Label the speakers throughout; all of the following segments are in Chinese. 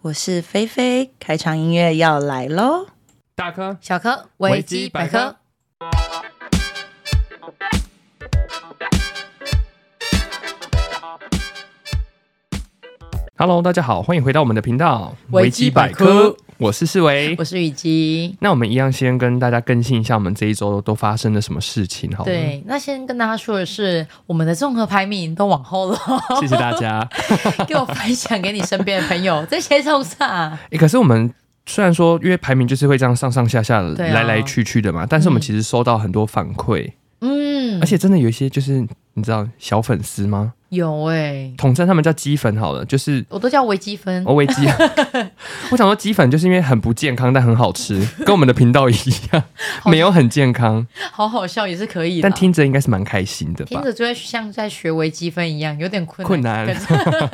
Speaker 1: 我是菲菲，开场音乐要来喽！
Speaker 2: 大科
Speaker 3: 小科
Speaker 2: 维基百科，，Hello，大家好，欢迎回到我们的频道
Speaker 3: 维基百科，
Speaker 2: 我是世维
Speaker 3: 我。是雨姬。
Speaker 2: 那我们一样先跟大家更新一下我们这一周都发生了什么事情，好了，
Speaker 3: 对，那先跟大家说的是，我们的综合排名都往 后了，
Speaker 2: 谢谢大家。
Speaker 3: 给我分享给你身边的朋友， 这些都是啊，
Speaker 2: 诶可是我们虽然说因为排名就是会这样上上下下、
Speaker 3: 对啊
Speaker 2: 来来去去的嘛，但是我们
Speaker 3: 嗯
Speaker 2: 其实收到很多反馈，
Speaker 3: 嗯
Speaker 2: 而，且真的有一些就是你知道小粉丝吗？
Speaker 3: 有哎、
Speaker 2: 统称他们叫鸡粉好了，就是
Speaker 3: 我都叫微积分，
Speaker 2: 欧维 鸡。我想说鸡粉就是因为很不健康，但很好吃，跟我们的频道一样，没有很健康，
Speaker 3: 好好笑也是可以的，
Speaker 2: 但听着应该是蛮开心的
Speaker 3: 听
Speaker 2: 吧？
Speaker 3: 着就会像在学微积分一样，有点困
Speaker 2: 困难
Speaker 3: 可是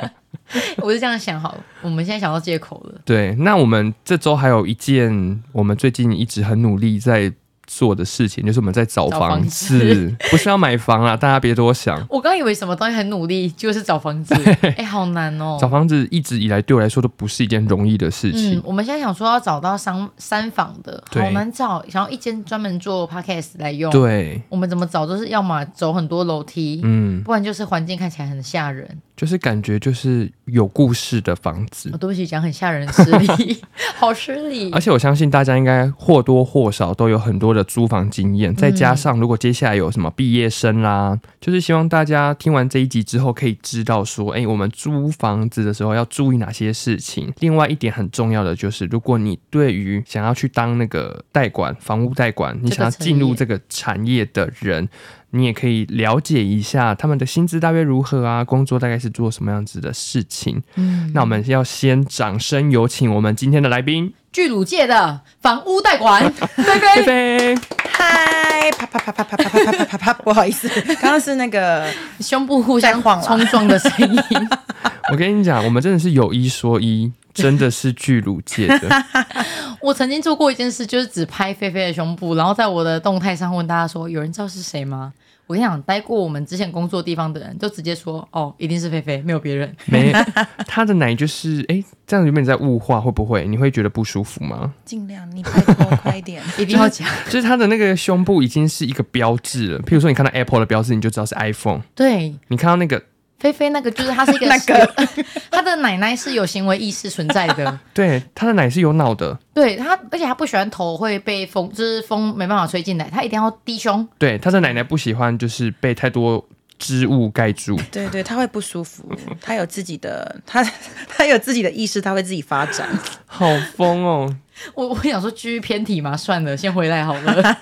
Speaker 3: 我是这样想好了，我们现在想到借口了，
Speaker 2: 对，那我们这周还有一件我们最近一直很努力在做的事情，就是我们在找
Speaker 3: 找房哦
Speaker 2: 房子，不是要买房啦，大家别多想。
Speaker 3: 我刚以为什么东西很努力，就是找房 子，哎、好难哦、
Speaker 2: 找房子一直以来对我来说都不是一件容易的事情。
Speaker 3: 嗯，我们现在想说要找到三三房的，
Speaker 2: 对
Speaker 3: 好难找，想要一间专门做 podcast 来用。，
Speaker 2: 对，
Speaker 3: 我们怎么找都是要么走很多楼梯，
Speaker 2: 嗯，
Speaker 3: 不然就是环境看起来很吓人。
Speaker 2: 就是感觉就是有故事的房子
Speaker 3: 我、。对不起，讲很吓人失 礼，好失礼
Speaker 2: 而。且我相信大家应该或多或少都有很多的租房经验，再加上如果接下来有什么毕业生啦，就是希望大家听完这一集之后可以知道说，哎、我们租房子的时候要注意哪些事情。另外一点很重要的就是，如果你对于想要去当那个代管、房屋代管，你想要进入这个产业的人。你也可以了解一下他们的薪资大约如何啊，工作大概是做什么样子的事情。
Speaker 3: 嗯，
Speaker 2: 那我们要先掌声有请我们今天的来宾。
Speaker 3: 巨乳界的房屋代 管，对
Speaker 2: 菲
Speaker 3: 对，
Speaker 2: 菲，
Speaker 1: 嗨，啪啪啪啪啪啪啪啪啪啪啪， 不好意思，刚刚是那个
Speaker 3: 胸部互
Speaker 1: 在
Speaker 3: 相
Speaker 1: 晃啊
Speaker 3: 冲撞的声音，
Speaker 2: 我跟你讲，我们真的是有一说 一，真的是巨乳界 的。
Speaker 3: 我曾经做过一件事，就是只拍菲菲的胸部，然后在我的动态上问大家说：“有人知道是谁吗？”我跟你讲，待过我们之前工作地方的人，就直接说：“哦，一定是菲菲，没有别人。
Speaker 2: 没，她的奶就是哎、这样有没有你在物化？会不会你会觉得不舒服吗？
Speaker 1: 尽量你拜托快一点，”
Speaker 3: 一定要讲，
Speaker 2: 就是她的那个胸部已经是一个标志了。譬如说，你看到 Apple 的标志，你就知道是 iPhone；
Speaker 3: 对，
Speaker 2: 你看到那个，
Speaker 3: 菲菲那个就是她是一 个，
Speaker 1: 那个
Speaker 3: 她的奶奶是有行为意识存在 的，
Speaker 2: 对，她的奶是有脑的，
Speaker 3: 对她，而且她不喜欢头会被风，就是风没办法吹进来，她一定要低胸，
Speaker 2: 对，她的奶奶不喜欢就是被太多织物盖住。
Speaker 1: 对对，他会不舒服，他有自己的，他 他有自己的意识，他会自己发 展。
Speaker 2: 好疯哦！
Speaker 3: 我我想说居于偏题嘛，算了，先回来好 了。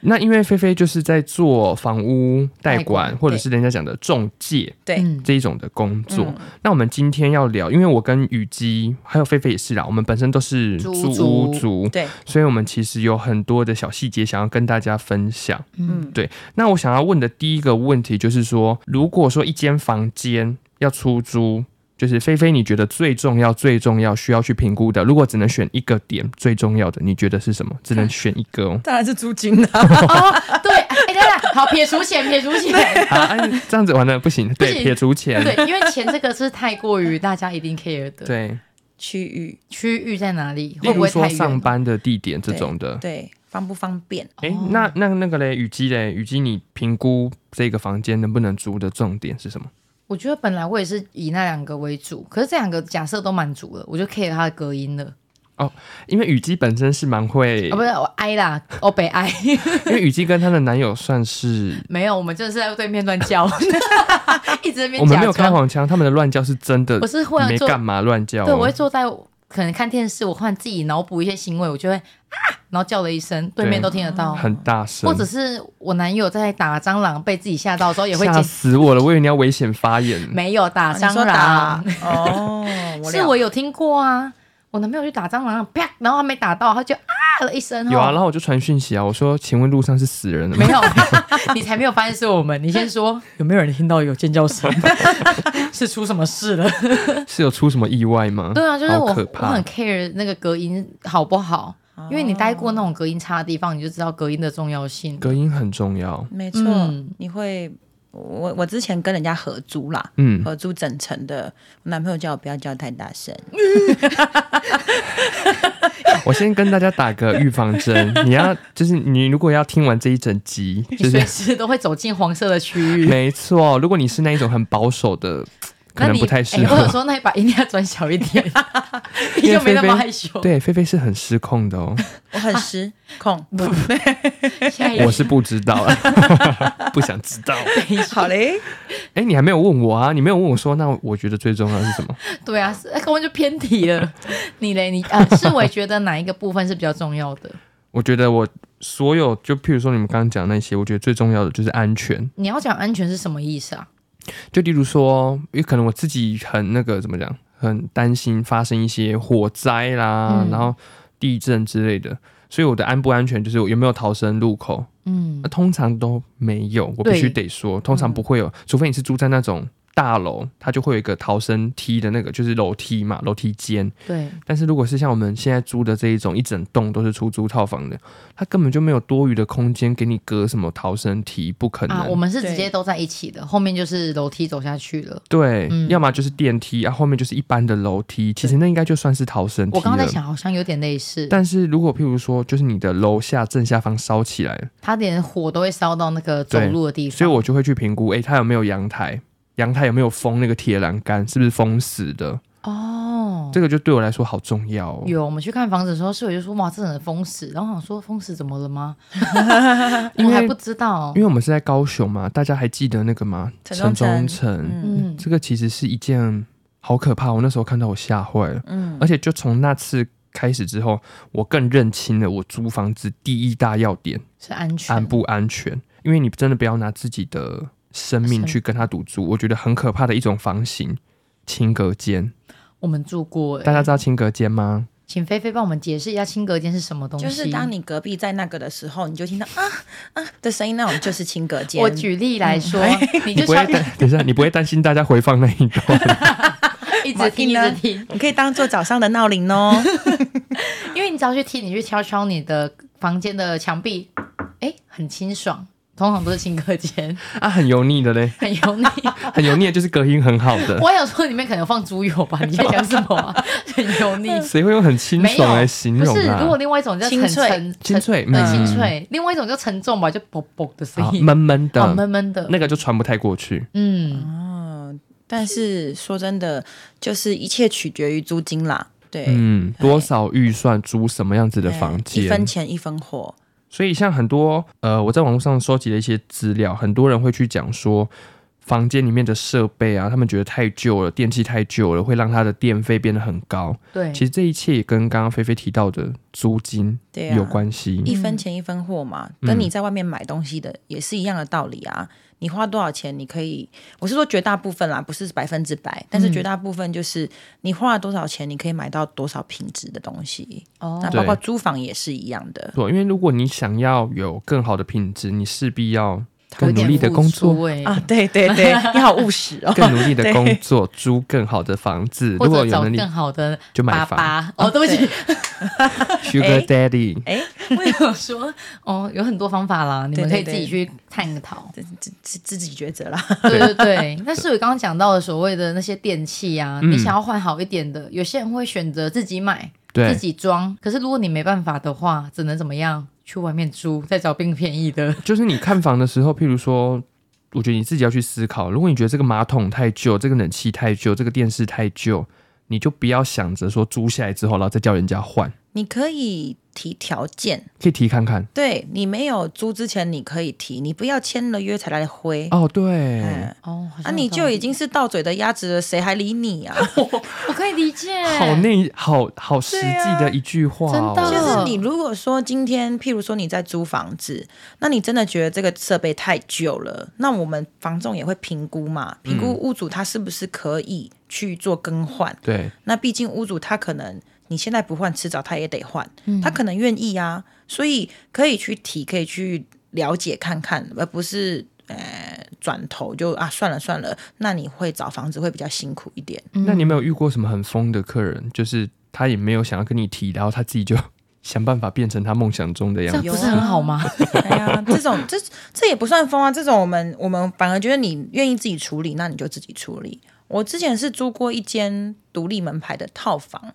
Speaker 2: 那因为菲菲就是在做房屋代
Speaker 3: 代
Speaker 2: 管，
Speaker 3: 管
Speaker 2: 或者是人家讲的中介，
Speaker 1: 对，
Speaker 3: 嗯，
Speaker 2: 这一种的工作。那我们今天要聊，因为我跟雨姬还有菲菲也是啦，我们本身都是
Speaker 3: 租
Speaker 2: 租
Speaker 3: 屋
Speaker 2: 屋族，
Speaker 1: 对，
Speaker 2: 所以我们其实有很多的小细节想要跟大家分享。
Speaker 1: 嗯，。
Speaker 2: 那我想要问的第一个问题就是说，如果说一间房间要出租，就是菲菲，你觉得最重要、最重要需要去评估的，如果只能选一个点最重要的，你觉得是什么？只能选一个 哦
Speaker 1: 当然是租金啊啦、
Speaker 3: 哦，对，哎、等等，好，撇除钱，撇除钱。
Speaker 2: 好、哎这样子完了不行，
Speaker 3: 不
Speaker 2: 对，
Speaker 3: 行
Speaker 2: 撇除钱，
Speaker 3: 对，因为钱这个是太过于大家一定 care 的。
Speaker 2: 对，
Speaker 1: 区域，
Speaker 3: 区域在哪里？
Speaker 2: 例
Speaker 3: 会不
Speaker 2: 如
Speaker 3: 会太
Speaker 2: 说上
Speaker 3: 远？
Speaker 2: 班的地点这种的，
Speaker 1: 对，方不方便？
Speaker 2: 哎、
Speaker 3: 哦
Speaker 2: 那那那个嘞，雨姬嘞，雨姬，你评估这个房间能不能租的重点是什么？
Speaker 3: 我觉得本来我也是以那两个为主，可是这两个假设都满足了，我就 care 它的隔音了。
Speaker 2: 因为雨姬本身是蛮会，
Speaker 3: 啊，不是我哀啦，我北哀。
Speaker 2: 因为雨姬跟她的男友算是，
Speaker 3: 没有，我们就是在对面乱 叫，一直在那边
Speaker 2: 我们没有
Speaker 3: 假
Speaker 2: 开
Speaker 3: 装。
Speaker 2: 黄腔，他们的乱叫是真的
Speaker 3: 我，是会
Speaker 2: 没
Speaker 3: 坐，
Speaker 2: 干嘛乱叫、哦。
Speaker 3: 对，我会坐在可能看电视，我忽然自己脑补一些行为，我就会啊，然后叫了一声，对面
Speaker 2: 对
Speaker 3: 都听得到。
Speaker 2: 很大声，
Speaker 3: 哦或者是我男友在打蟑螂被自己吓到的时候也会
Speaker 2: 吓
Speaker 3: 尖
Speaker 2: 死我了，我以为你要危险发言。
Speaker 3: 没有打
Speaker 1: 哦你
Speaker 3: 蟑
Speaker 1: 说打
Speaker 3: 螂，
Speaker 1: 哦，我
Speaker 3: 是
Speaker 1: 了
Speaker 3: 我有听过啊。我男朋友去打蟑螂，啪，然后他没打到，他就啊了一声。
Speaker 2: 有啊，
Speaker 3: 吼
Speaker 2: 然后我就传讯息啊，我说，请问路上是死人了吗
Speaker 3: 没？有， 你才没有发现是我们。你先说，有没有人听到有尖叫声？是出什么事了？
Speaker 2: 是有出什么意外吗？
Speaker 3: 对啊，就是我，
Speaker 2: 好可
Speaker 3: 我
Speaker 2: 怕
Speaker 3: 很 care 那个隔音好不好，因为你待过那种隔音差的地方，你就知道隔音的重要性。
Speaker 2: 隔音很重要。
Speaker 1: 没错，
Speaker 3: 嗯
Speaker 1: 你会我我之前跟人家合租啦，
Speaker 2: 嗯
Speaker 1: 合租整层的，我男朋友叫我不要叫太大声，
Speaker 2: 我先跟大家打个预防针，你要就是你如果要听完这一整 集，就
Speaker 3: 你随
Speaker 2: 是
Speaker 3: 时都会走进黄色的区域。
Speaker 2: 没错，如果你是那一种很保守的，可
Speaker 3: 那
Speaker 2: 能
Speaker 3: 你
Speaker 2: 不太适
Speaker 3: 哎
Speaker 2: 合。
Speaker 3: 或者说，那你把音量转小一点，你就没那么害羞。
Speaker 2: 对，菲菲是很失控的 哦，
Speaker 1: 我很失 控。
Speaker 3: 下一
Speaker 2: 我是不知道啊， 不想知 道。
Speaker 1: 好嘞，
Speaker 2: 哎、你还没有问我啊？你没有问我说，那我觉得最重要的是什么？
Speaker 3: 对啊，是根本就偏题了。你嘞，你啊，是我觉得哪一个部分是比较重要的？
Speaker 2: 我觉得我所有，就譬如说你们刚刚讲那些，我觉得最重要的就是安全。
Speaker 3: 你要讲安全是什么意思啊？
Speaker 2: 就例如说，也可能我自己很那个怎么讲，很担心发生一些火灾啦，
Speaker 3: 嗯
Speaker 2: 然后地震之类的，所以我的安不安全就是我有没有逃生入口，
Speaker 3: 嗯
Speaker 2: 那、，通常都没有，我必须得说，通常不会有，除非你是住在那种大楼，它就会有一个逃生梯的那个，就是楼梯嘛，楼梯间。
Speaker 3: 对，
Speaker 2: 但是如果是像我们现在租的这一种，一整栋都是出租套房的，它根本就没有多余的空间给你隔什么逃生梯，不可能。
Speaker 3: 啊，我们是
Speaker 1: 对
Speaker 3: 直接都在一起的，后面就是楼梯走下去了。
Speaker 2: 对，
Speaker 3: 嗯
Speaker 2: 要么就是电梯啊，后面就是一般的楼梯，其实那应该就算是逃生梯
Speaker 3: 我
Speaker 2: 了。
Speaker 3: 刚刚在想，好像有点类似，
Speaker 2: 但是如果譬如说，就是你的楼下正下方烧起来了，
Speaker 3: 它连火都会烧到那个走路的地方。
Speaker 2: 所以我就会去评估，诶，它有没有阳台，阳台有没有封那个铁栏杆，是不是封死的？
Speaker 3: 哦，
Speaker 2: 这个就对我来说好重要哦。
Speaker 3: 有我们去看房子的时候，室友就说哇，这很封死，然后我想说封死怎么了吗？
Speaker 2: 因
Speaker 3: 我
Speaker 2: 为
Speaker 3: 还不知道
Speaker 2: 因，为我们是在高雄嘛，大家还记得那个吗？
Speaker 1: 城中
Speaker 2: 城
Speaker 1: 城
Speaker 2: 城，
Speaker 1: 嗯
Speaker 3: 嗯，
Speaker 2: 这个其实是一件好可怕，我那时候看到我吓坏了，
Speaker 1: 嗯
Speaker 2: 而且就从那次开始之后，我更认清了我租房子第一大要点。
Speaker 3: 是安全，
Speaker 2: 安不安全，因为你真的不要拿自己的生命
Speaker 3: 生
Speaker 2: 去跟他赌注，我觉得很可怕的一种房型。青隔间，
Speaker 3: 我们住过、欸，
Speaker 2: 大家知道青隔间吗？
Speaker 3: 请菲菲帮我们解释一下清隔间是什么东西。
Speaker 1: 就是当你隔壁在那个的时候，你就听到啊啊的声音，那种就是亲隔间。
Speaker 3: 我举例来说，你
Speaker 2: 你
Speaker 3: 就
Speaker 2: 不会
Speaker 3: 穿
Speaker 2: 担， 等一下，你不会担心大家回放那 一段？
Speaker 3: 一直听一
Speaker 1: 马
Speaker 3: 直
Speaker 1: 蒂
Speaker 3: 听，
Speaker 1: 你可以当做早上的闹铃 哦。
Speaker 3: 因为你只要去听，你去敲敲你的房间的墙壁，哎，很清爽。通常都是清隔间，
Speaker 2: 啊，很油腻的嘞，
Speaker 3: 很油腻。
Speaker 2: 很油腻的就是隔音很好的，
Speaker 3: 我还想说里面可能有放猪油吧？你在讲什么、啊？很油腻。
Speaker 2: 谁会用很清
Speaker 3: 没有
Speaker 2: 爽来形
Speaker 3: 不
Speaker 2: 容
Speaker 3: 是，如果
Speaker 2: 啊？
Speaker 3: 另外一种叫
Speaker 1: 清
Speaker 3: 沉
Speaker 1: 脆
Speaker 3: 沉
Speaker 2: 清脆，
Speaker 3: 对，
Speaker 2: 嗯
Speaker 3: 清，脆。另外一种就沉重吧，就啵啵的声
Speaker 2: 好
Speaker 3: 音，
Speaker 2: 闷啊闷
Speaker 3: 哦
Speaker 2: 的，
Speaker 3: 闷闷的。
Speaker 2: 那个就传不太过去。
Speaker 3: 嗯，
Speaker 1: 哦，但是说真的，就是一切取决于租金啦。对，
Speaker 2: 嗯，多少预算租什么样子的
Speaker 1: 对
Speaker 2: 房
Speaker 1: 一分
Speaker 2: 间？
Speaker 1: 钱一分货。
Speaker 2: 所以像很多呃，我在网络上收集了一些资料，很多人会去讲说，房间里面的设备啊，他们觉得太旧了，电器太旧了，会让它的电费变得很高。
Speaker 3: 对。
Speaker 2: 其实这一切也跟刚刚菲菲提到的租金
Speaker 1: 对啊，
Speaker 2: 有嗯关系。
Speaker 1: 一分钱一分货嘛，跟你在外面买东西的也是一样的道理啊。你花多少钱，你可以，我是说绝大部分啦，不是百分之百，但是
Speaker 2: 嗯
Speaker 1: 绝大部分就是你花了多少钱，你可以买到多少品质的东西。
Speaker 3: 哦
Speaker 1: 那包括租房也是一样的。
Speaker 2: 对，因为如果你想要有更好的品质，你势必要
Speaker 3: 有
Speaker 2: 更努
Speaker 3: 点
Speaker 2: 力的
Speaker 3: 付
Speaker 2: 工
Speaker 3: 出
Speaker 2: 作，
Speaker 3: 欸
Speaker 1: 啊，对对对，你好务实 哦。
Speaker 2: 更努 力的工作，租更好的房子。
Speaker 3: 或
Speaker 2: 如果
Speaker 3: 者
Speaker 2: 有
Speaker 3: 找
Speaker 2: 能力
Speaker 3: 更好的
Speaker 2: 就买
Speaker 3: 爸
Speaker 2: 房
Speaker 3: 爸。哦，对不起，
Speaker 2: ，Sugar Daddy。
Speaker 1: 哎，
Speaker 3: 我有说哦，有很多方法啦，你们可以
Speaker 1: 对对
Speaker 3: 自
Speaker 1: 对
Speaker 3: 己去探讨。
Speaker 1: 自自自自己抉择啦。
Speaker 3: 对对对， 但是我刚刚讲到的所谓的那些电器啊，
Speaker 2: 嗯
Speaker 3: 你想要换好一点的，有些人会选择自己买、自
Speaker 2: 对，
Speaker 3: 己装。可是如果你没办法的话，只能怎么样？去外面租，再找更便宜的。
Speaker 2: 就是你看房的时候，譬如说，我觉得你自己要去思考，如果你觉得这个马桶太旧，这个冷气太旧，这个电视太旧，你就不要想着说租下来之后，然后再叫人家换，
Speaker 1: 你可以提条件，
Speaker 2: 可以提看看。
Speaker 1: 对你没有租之前你可以提，你不要签了约才来挥。
Speaker 3: 哎
Speaker 2: 哦，对，
Speaker 1: 嗯，
Speaker 3: 哦，好
Speaker 1: 啊，
Speaker 3: 像
Speaker 1: 你
Speaker 3: 有道
Speaker 1: 就
Speaker 3: 理
Speaker 1: 已经是到嘴的鸭子了，谁还理你 啊？
Speaker 3: 我可以理解，
Speaker 2: 好内，哦好好实际的一句话、哦
Speaker 3: 真
Speaker 1: 就
Speaker 3: 的
Speaker 1: 是你如果说今天，譬如说你在租房子，那你真的觉得这个设备太旧了，那我们房仲也会评估嘛，评估屋主他是不是可以去做更换。
Speaker 2: 对，
Speaker 1: 那毕竟屋主他可能你现在不换，迟早他也得换，他可能愿意啊，所以可以去提，可以去了解看看，而不是呃转头就啊算了算了，那你会找房子会比较辛苦一点。
Speaker 3: 嗯
Speaker 2: 那你有没有遇过什么很疯的客人，就是他也没有想要跟你提，然后他自己就想办法变成他梦想中的样
Speaker 3: 这
Speaker 2: 子。
Speaker 3: 样不是很好吗？
Speaker 1: 哎呀，这种这这也不算疯啊，这种我们我们反而觉得你愿意自己处理，那你就自己处理。我之前是租过一间独立门牌的套房，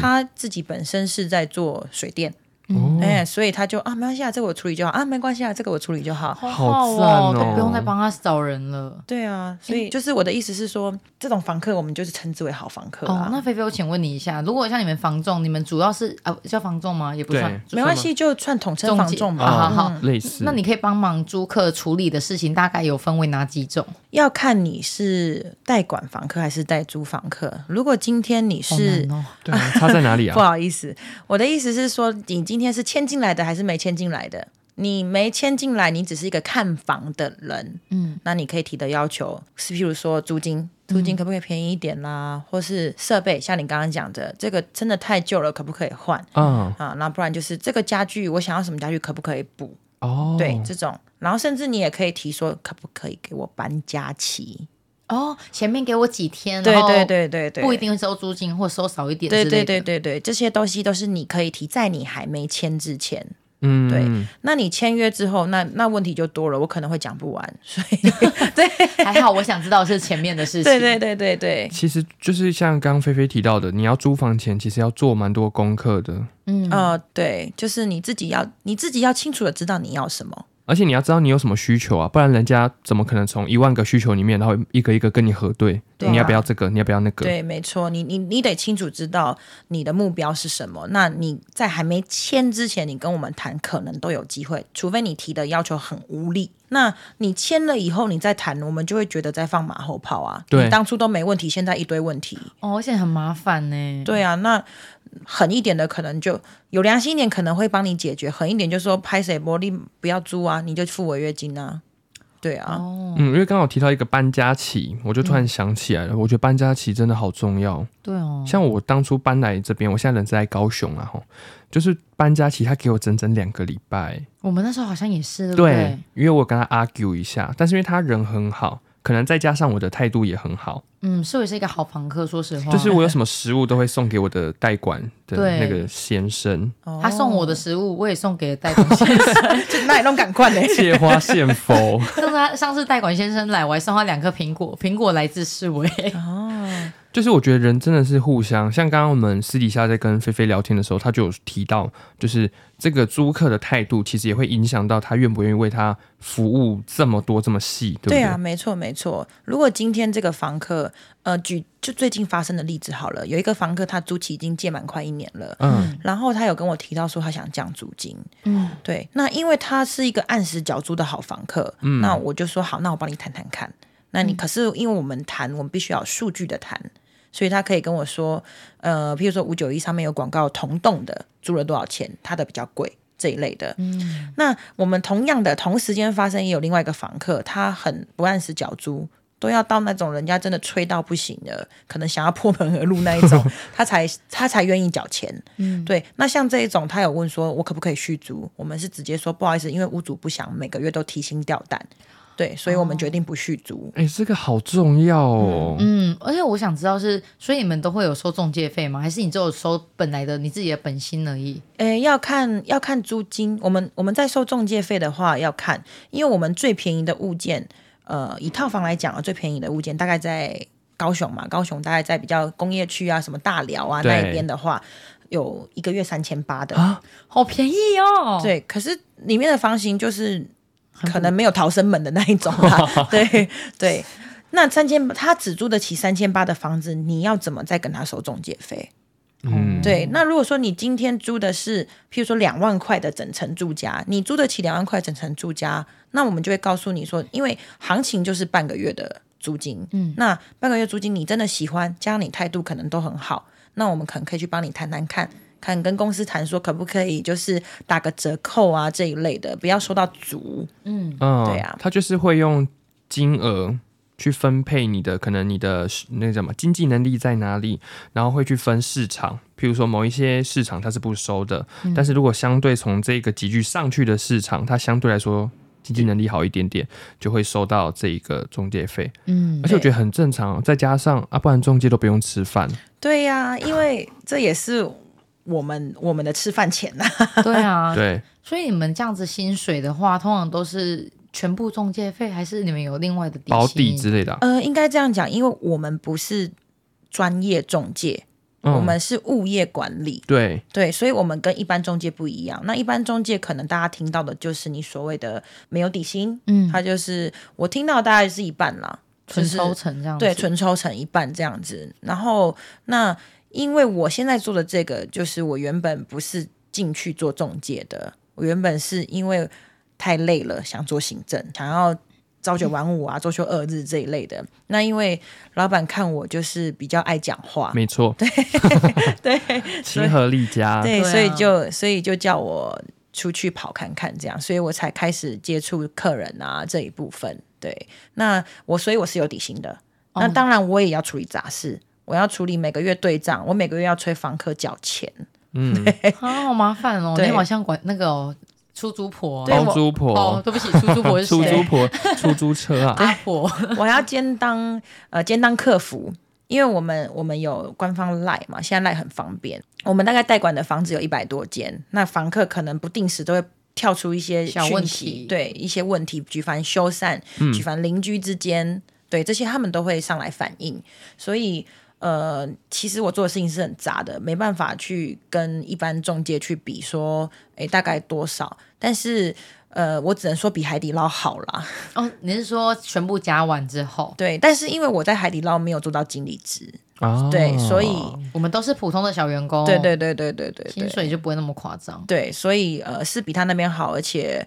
Speaker 1: 他自己本身是在做水电，
Speaker 3: 嗯
Speaker 2: 哦，
Speaker 1: 哎、所以他就啊没关系啊，这个我处理就好啊，没关系啊，这个我处理就好。
Speaker 2: 好赞
Speaker 3: 哦
Speaker 2: 哦，
Speaker 3: 都不用再帮他找人了。
Speaker 1: 对啊，所以就是我的意思是说，这种房客我们就是称之为好房客
Speaker 3: 哦
Speaker 1: 啊，，
Speaker 3: 那菲菲，我请问你一下，如果像你们房仲，你们主要是啊叫房仲吗？也不算
Speaker 2: 对，
Speaker 1: 没关系，就算统称
Speaker 3: 中
Speaker 1: 房
Speaker 3: 介
Speaker 1: 仲嗯
Speaker 3: 啊
Speaker 1: 吧。
Speaker 3: 好好
Speaker 2: 类似。
Speaker 3: 那你可以帮忙租客处理的事情，大概有分为哪几种？
Speaker 1: 要看你是代管房客还是代租房客。如果今天你
Speaker 3: 好
Speaker 1: 是
Speaker 3: 难哦，
Speaker 2: 对啊差在哪 里
Speaker 1: 不
Speaker 2: 啊？
Speaker 1: 好意思，我的意思是说，你今天是签进来的还是没签进来的？你没签进来，你只是一个看房的人，
Speaker 3: 嗯，
Speaker 1: 那你可以提的要求是，譬如说租金，租金可不可以便宜一点啦，或是设备，像你刚刚讲的，这个真的太旧了，可不可以换
Speaker 2: 啊，
Speaker 1: 啊？那不然就是这个家具，我想要什么家具，可不可以补？
Speaker 2: 哦，
Speaker 1: 对，这种，然后甚至你也可以提说，可不可以给我搬家期？
Speaker 3: 哦，前面给我几天，
Speaker 1: 对
Speaker 3: 然后
Speaker 1: 对对对对，
Speaker 3: 不一定会收租金或收少一点之
Speaker 1: 对
Speaker 3: 类的，
Speaker 1: 对对对对，这些东西都是你可以提，在你还没签之前。
Speaker 2: 嗯，
Speaker 1: 对那你签约之后，那那问题就多了，我可能会讲不完，所以对
Speaker 3: 还好，我想知道是前面的事情。
Speaker 1: 对对对对对，
Speaker 2: 其实就是像刚刚菲菲提到的，你要租房前，其实要做蛮多功课的，
Speaker 3: 嗯，
Speaker 1: 呃，对，就是你自己要你自己要清楚的知道你要什么，
Speaker 2: 而且你要知道你有什么需求啊，不然人家怎么可能从一万个需求里面，然后一个一个跟你核对，
Speaker 1: 对啊
Speaker 2: 你要不要这个，你要不要那个？
Speaker 1: 对，没错，你你你得清楚知道你的目标是什么。那你在还没签之前，你跟我们谈，可能都有机会，除非你提的要求很无力。那你签了以后，你再谈，我们就会觉得在放马后炮啊。
Speaker 2: 对
Speaker 1: 你当初都没问题，现在一堆问题。
Speaker 3: 哦，而且很麻烦呢。
Speaker 1: 对啊，那狠一点的可能就有良心一点，可能会帮你解决；狠一点就说拍谁玻璃不要租啊，你就付违约金啊。对啊，
Speaker 3: 哦，
Speaker 2: 嗯，因为刚好提到一个搬家期，我就突然想起来了，我觉得搬家期真的好重要。
Speaker 3: 对嗯哦，
Speaker 2: 像我当初搬来这边，我现在人是在高雄啊，吼，就是搬家期他给我整整两个礼拜，
Speaker 3: 我们那时候好像也是，对不
Speaker 2: 对
Speaker 3: 对？，
Speaker 2: 因为我跟他 argue 一下，但是因为他人很好，可能再加上我的态度也很好，
Speaker 3: 嗯，是我也是一个好房客，说实话，
Speaker 2: 就是我有什么食物都会送给我的代管的
Speaker 3: 哦对
Speaker 2: 那个先生，
Speaker 1: 哦
Speaker 3: 他送我的食物，我也送给代管先生。
Speaker 1: 这那也弄赶快 嘞。
Speaker 2: 借花献佛。
Speaker 3: 上次他上次代管先生来，我还送他两颗苹果，苹果来自市委。
Speaker 1: 哦，
Speaker 2: 就是我觉得人真的是互相，像刚刚我们私底下在跟菲菲聊天的时候，他就有提到，就是这个租客的态度，其实也会影响到他愿不愿意为他服务这么多这么细，对不
Speaker 1: 对啊，没错没错。如果今天这个房客，呃，举就最近发生的例子好了，有一个房客他租期已经届满快一年了，
Speaker 2: 嗯，
Speaker 1: 然后他有跟我提到说他想降租金，
Speaker 3: 嗯，
Speaker 1: 对，那因为他是一个按时缴租的好房客，
Speaker 2: 嗯
Speaker 1: 那我就说好，那我帮你谈谈看。那你可是因为我们谈，我们必须要有数据的谈，所以他可以跟我说，呃，譬如说五九一上面有广告同栋的租了多少钱，他的比较贵这一类的。嗯，那我们同样的同时间发生，也有另外一个房客，他很不按时缴租。都要到那种人家真的催到不行了，可能想要破门而入那一种，他才他才愿意缴钱。对，那像这一种，他有问说，我可不可以续租？我们是直接说不好意思，因为屋主不想每个月都提心吊胆，对，所以我们决定不续租。
Speaker 2: 哎、这个好重要哦。
Speaker 3: 嗯，而且我想知道是，所以你们都会有收中介费吗？还是你只有收本来的你自己的本薪而已？
Speaker 1: 诶、要看要看租金，我们我们在收中介费的话要看，因为我们最便宜的物件，呃，以套房来讲啊，最便宜的物件大概在高雄嘛，高雄大概在比较工业区啊，什么大寮啊那
Speaker 2: 对
Speaker 1: 一边的话，有一个月三千八的，
Speaker 3: 好便宜哦！，
Speaker 1: 对，可是里面的房型就是可能没有逃生门的那一种啦。对对，那三千他只租得起三千八的房子，你要怎么再跟他收中介费？
Speaker 2: 嗯，
Speaker 1: 对，那如果说你今天租的是，譬如说两万块的整层住家，你租得起两万块整层住家，那我们就会告诉你说，因为行情就是半个月的租金，嗯，那半个月租金你真的喜欢，加上你态度可能都很好，那我们可能可以去帮你谈谈看。看跟公司谈说可不可以，就是打个折扣啊这一类的，不要收到足。
Speaker 2: 嗯，
Speaker 1: 对啊
Speaker 2: 他就是会用金额去分配你的，可能你的那个叫什么经济能力在哪里，然后会去分市场。譬如说某一些市场它是不收的，
Speaker 1: 嗯
Speaker 2: 但是如果相对从这个急剧上去的市场，它相对来说经济能力好一点点，就会收到这一个中介费。
Speaker 3: 嗯
Speaker 2: 而且我觉得很哦正常，再加上啊，不然中介都不用吃饭。
Speaker 1: 对呀、因为这也是我们我们的吃饭钱呐、
Speaker 3: 对啊，
Speaker 2: 对，
Speaker 3: 所以你们这样子薪水的话，通常都是全部中介费，还是你们有另外的底薪
Speaker 2: 保底之类的啊、
Speaker 1: 呃，应该这样讲，因为我们不是专业中介，
Speaker 2: 嗯
Speaker 1: 我们是物业管理，
Speaker 2: 对
Speaker 1: 对，所以我们跟一般中介不一样。那一般中介可能大家听到的就是你所谓的没有底薪，
Speaker 3: 嗯，
Speaker 1: 它就是我听到大概是一半啦，
Speaker 3: 纯
Speaker 1: 就是
Speaker 3: 抽成这样子，
Speaker 1: 对，纯抽成一半这样子。然后那因为我现在做的这个，就是我原本不是进去做中介的，我原本是因为太累了，想做行政，想要朝九晚五 啊，周休二日这一类的。那因为老板看我就是比较爱讲话，
Speaker 2: 没 错，
Speaker 1: 对
Speaker 2: 亲和力佳，
Speaker 1: 对，
Speaker 3: 对
Speaker 1: 所以
Speaker 3: 啊
Speaker 1: 就所以就叫我出去跑看看这样，所以我才开始接触客人啊这一部分。对，那我所以我是有底薪的，
Speaker 3: 哦
Speaker 1: 那当然我也要处理杂事，我要处理每个月对账，我每个月要催房客缴钱，
Speaker 2: 嗯，
Speaker 3: 啊，好麻烦哦，
Speaker 1: 对
Speaker 3: 你好像管那个哦出租婆
Speaker 1: 对
Speaker 3: 哦，
Speaker 2: 包租
Speaker 3: 哦
Speaker 2: 婆，
Speaker 3: 对不起，出租婆是
Speaker 2: 啊出租
Speaker 3: 谁？
Speaker 2: 婆，出租车啊，
Speaker 3: 阿婆，
Speaker 1: 我还要兼当呃兼当客服。因为我们我们有官方赖嘛，现在赖很方便。我们大概代管的房子有一百多间，那房客可能不定时都会跳出一些
Speaker 3: 小问
Speaker 1: 讯息
Speaker 3: 题
Speaker 1: 对一些问题，举凡修缮、举凡邻居之间，对这些他们都会上来反映。所以呃，其实我做的事情是很杂的，没办法去跟一般中介去比说，诶大概多少。但是呃，我只能说比海底捞好啦。
Speaker 3: 哦，你是说全部加完之后，
Speaker 1: 对，但是因为我在海底捞没有做到经理职，
Speaker 2: 啊，
Speaker 1: 对，所以
Speaker 3: 我们都是普通的小员工，
Speaker 1: 对
Speaker 2: 哦
Speaker 1: 对对对对对
Speaker 3: 薪
Speaker 1: 对，
Speaker 3: 水就不会那么夸张。
Speaker 1: 对，所以呃是比他那边好，而且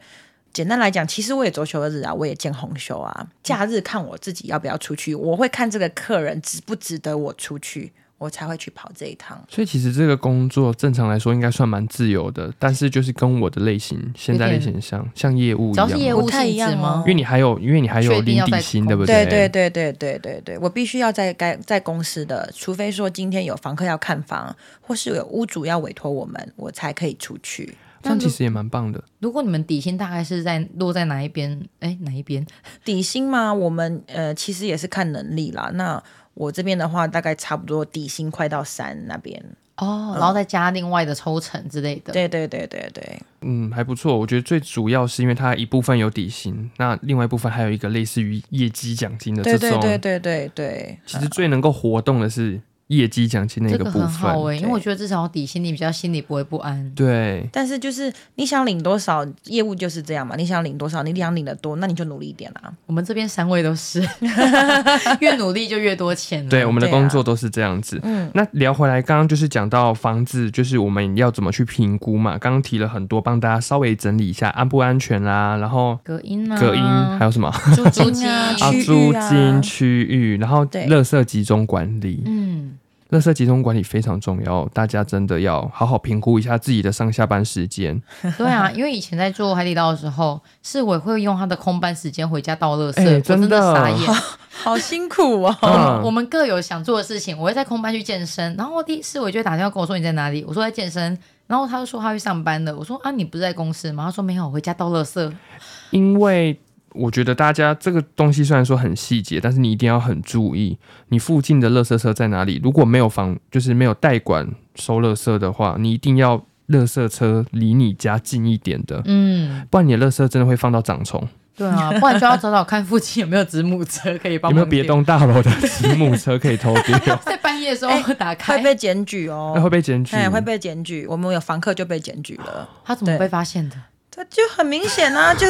Speaker 1: 简单来讲，其实我也周休二日啊，我也见红休啊，假日看我自己要不要出去，我会看这个客人值不值得我出去，我才会去跑这一趟。
Speaker 2: 所以其实这个工作正常来说应该算蛮自由的，但是就是跟我的类型现在类型像像业务一
Speaker 3: 只要是
Speaker 2: 样，啊
Speaker 3: 业
Speaker 1: 不
Speaker 3: 务
Speaker 1: 太
Speaker 3: 性
Speaker 1: 一样
Speaker 3: 质吗
Speaker 1: 哦
Speaker 2: 因？为你还有因为你还有
Speaker 3: 确定
Speaker 2: 零
Speaker 3: 要
Speaker 2: 底
Speaker 3: 在
Speaker 2: 薪，
Speaker 3: 公
Speaker 2: 对不
Speaker 1: 对对
Speaker 2: 对
Speaker 1: 对对对对对，我必须要在该在公司的，除非说今天有房客要看房，或是有屋主要委托我们，我才可以出去。
Speaker 2: 这样其实也蛮棒的。
Speaker 3: 如果你们底薪大概是在落在哪一边？哎，哪一边？
Speaker 1: 底薪嘛，我们呃其实也是看能力啦。那我这边的话，大概差不多底薪快到三那边。
Speaker 3: 哦，然后再加另外的抽成之类的。
Speaker 1: 对对对对对，
Speaker 2: 嗯，还不错。我觉得最主要是因为它一部分有底薪，那另外一部分还有一个类似于业绩奖金的这
Speaker 1: 对
Speaker 2: 种。
Speaker 1: 对对对对对，
Speaker 2: 其实最能够活动的是业绩奖金那
Speaker 3: 这
Speaker 2: 个
Speaker 3: 个
Speaker 2: 部
Speaker 3: 很
Speaker 2: 分。
Speaker 3: 好哎、因为
Speaker 1: 对
Speaker 3: 我觉得至少底薪你比较心里不会不安。
Speaker 2: 对，
Speaker 1: 但是就是你想领多少，业务就是这样嘛。你想领多少，你想领的多，那你就努力一点啦。
Speaker 3: 我们这边三位都是， 越努力就越多钱了。
Speaker 2: 对，我们的
Speaker 1: 对啊
Speaker 2: 工作都是这样子。
Speaker 1: 嗯
Speaker 2: 那聊回来，刚刚就是讲到房子，就是我们要怎么去评估嘛。刚刚提了很多，帮大家稍微整理一下，安不安全啦，然后
Speaker 3: 隔音啊，
Speaker 2: 隔音，还有什么
Speaker 3: 租
Speaker 1: 租
Speaker 3: 金
Speaker 1: 金啊
Speaker 2: 啊，
Speaker 1: 嗯区域
Speaker 2: 租
Speaker 1: 啊
Speaker 2: 金区域，然后
Speaker 1: 对
Speaker 2: 垃圾集中管理，
Speaker 3: 嗯，
Speaker 2: 垃圾集中管理非常重要，大家真的要好好评估一下自己的上下班时间。
Speaker 3: 对啊，因为以前在做海底捞的时候，是我会用他的空班时间回家倒垃圾，
Speaker 2: 哎
Speaker 3: 我
Speaker 2: 真的
Speaker 3: 的傻 眼。
Speaker 1: 好辛苦 哦。
Speaker 2: 嗯
Speaker 3: 我们各有想做的事情，我会在空班去健身，然后第四我就会打电话跟我说你在哪里，我说在健身，然后他就说他去上班了，我说啊你不是在公司吗？他说没有，我回家倒垃圾。
Speaker 2: 因为我觉得大家这个东西虽然说很细节，但是你一定要很注意，你附近的垃圾车在哪里。如果没有房，就是没有代管收垃圾的话，你一定要垃圾车离你家近一点的，
Speaker 3: 嗯，
Speaker 2: 不然你的垃圾真的会放到长虫。
Speaker 3: 对啊，不然就要找找看附近有没有子母车可以帮
Speaker 2: 有没有
Speaker 3: 忙丢。
Speaker 2: 别栋大楼的子母车可以偷丢？
Speaker 3: 在半夜的
Speaker 2: 哎
Speaker 3: 时候打开，
Speaker 1: 会被检举哦
Speaker 2: 那， 会被检举
Speaker 1: 哎，，会被检举。我们有房客就被检举了，
Speaker 3: 他怎么被发现的？
Speaker 1: 这就很明显啊， 就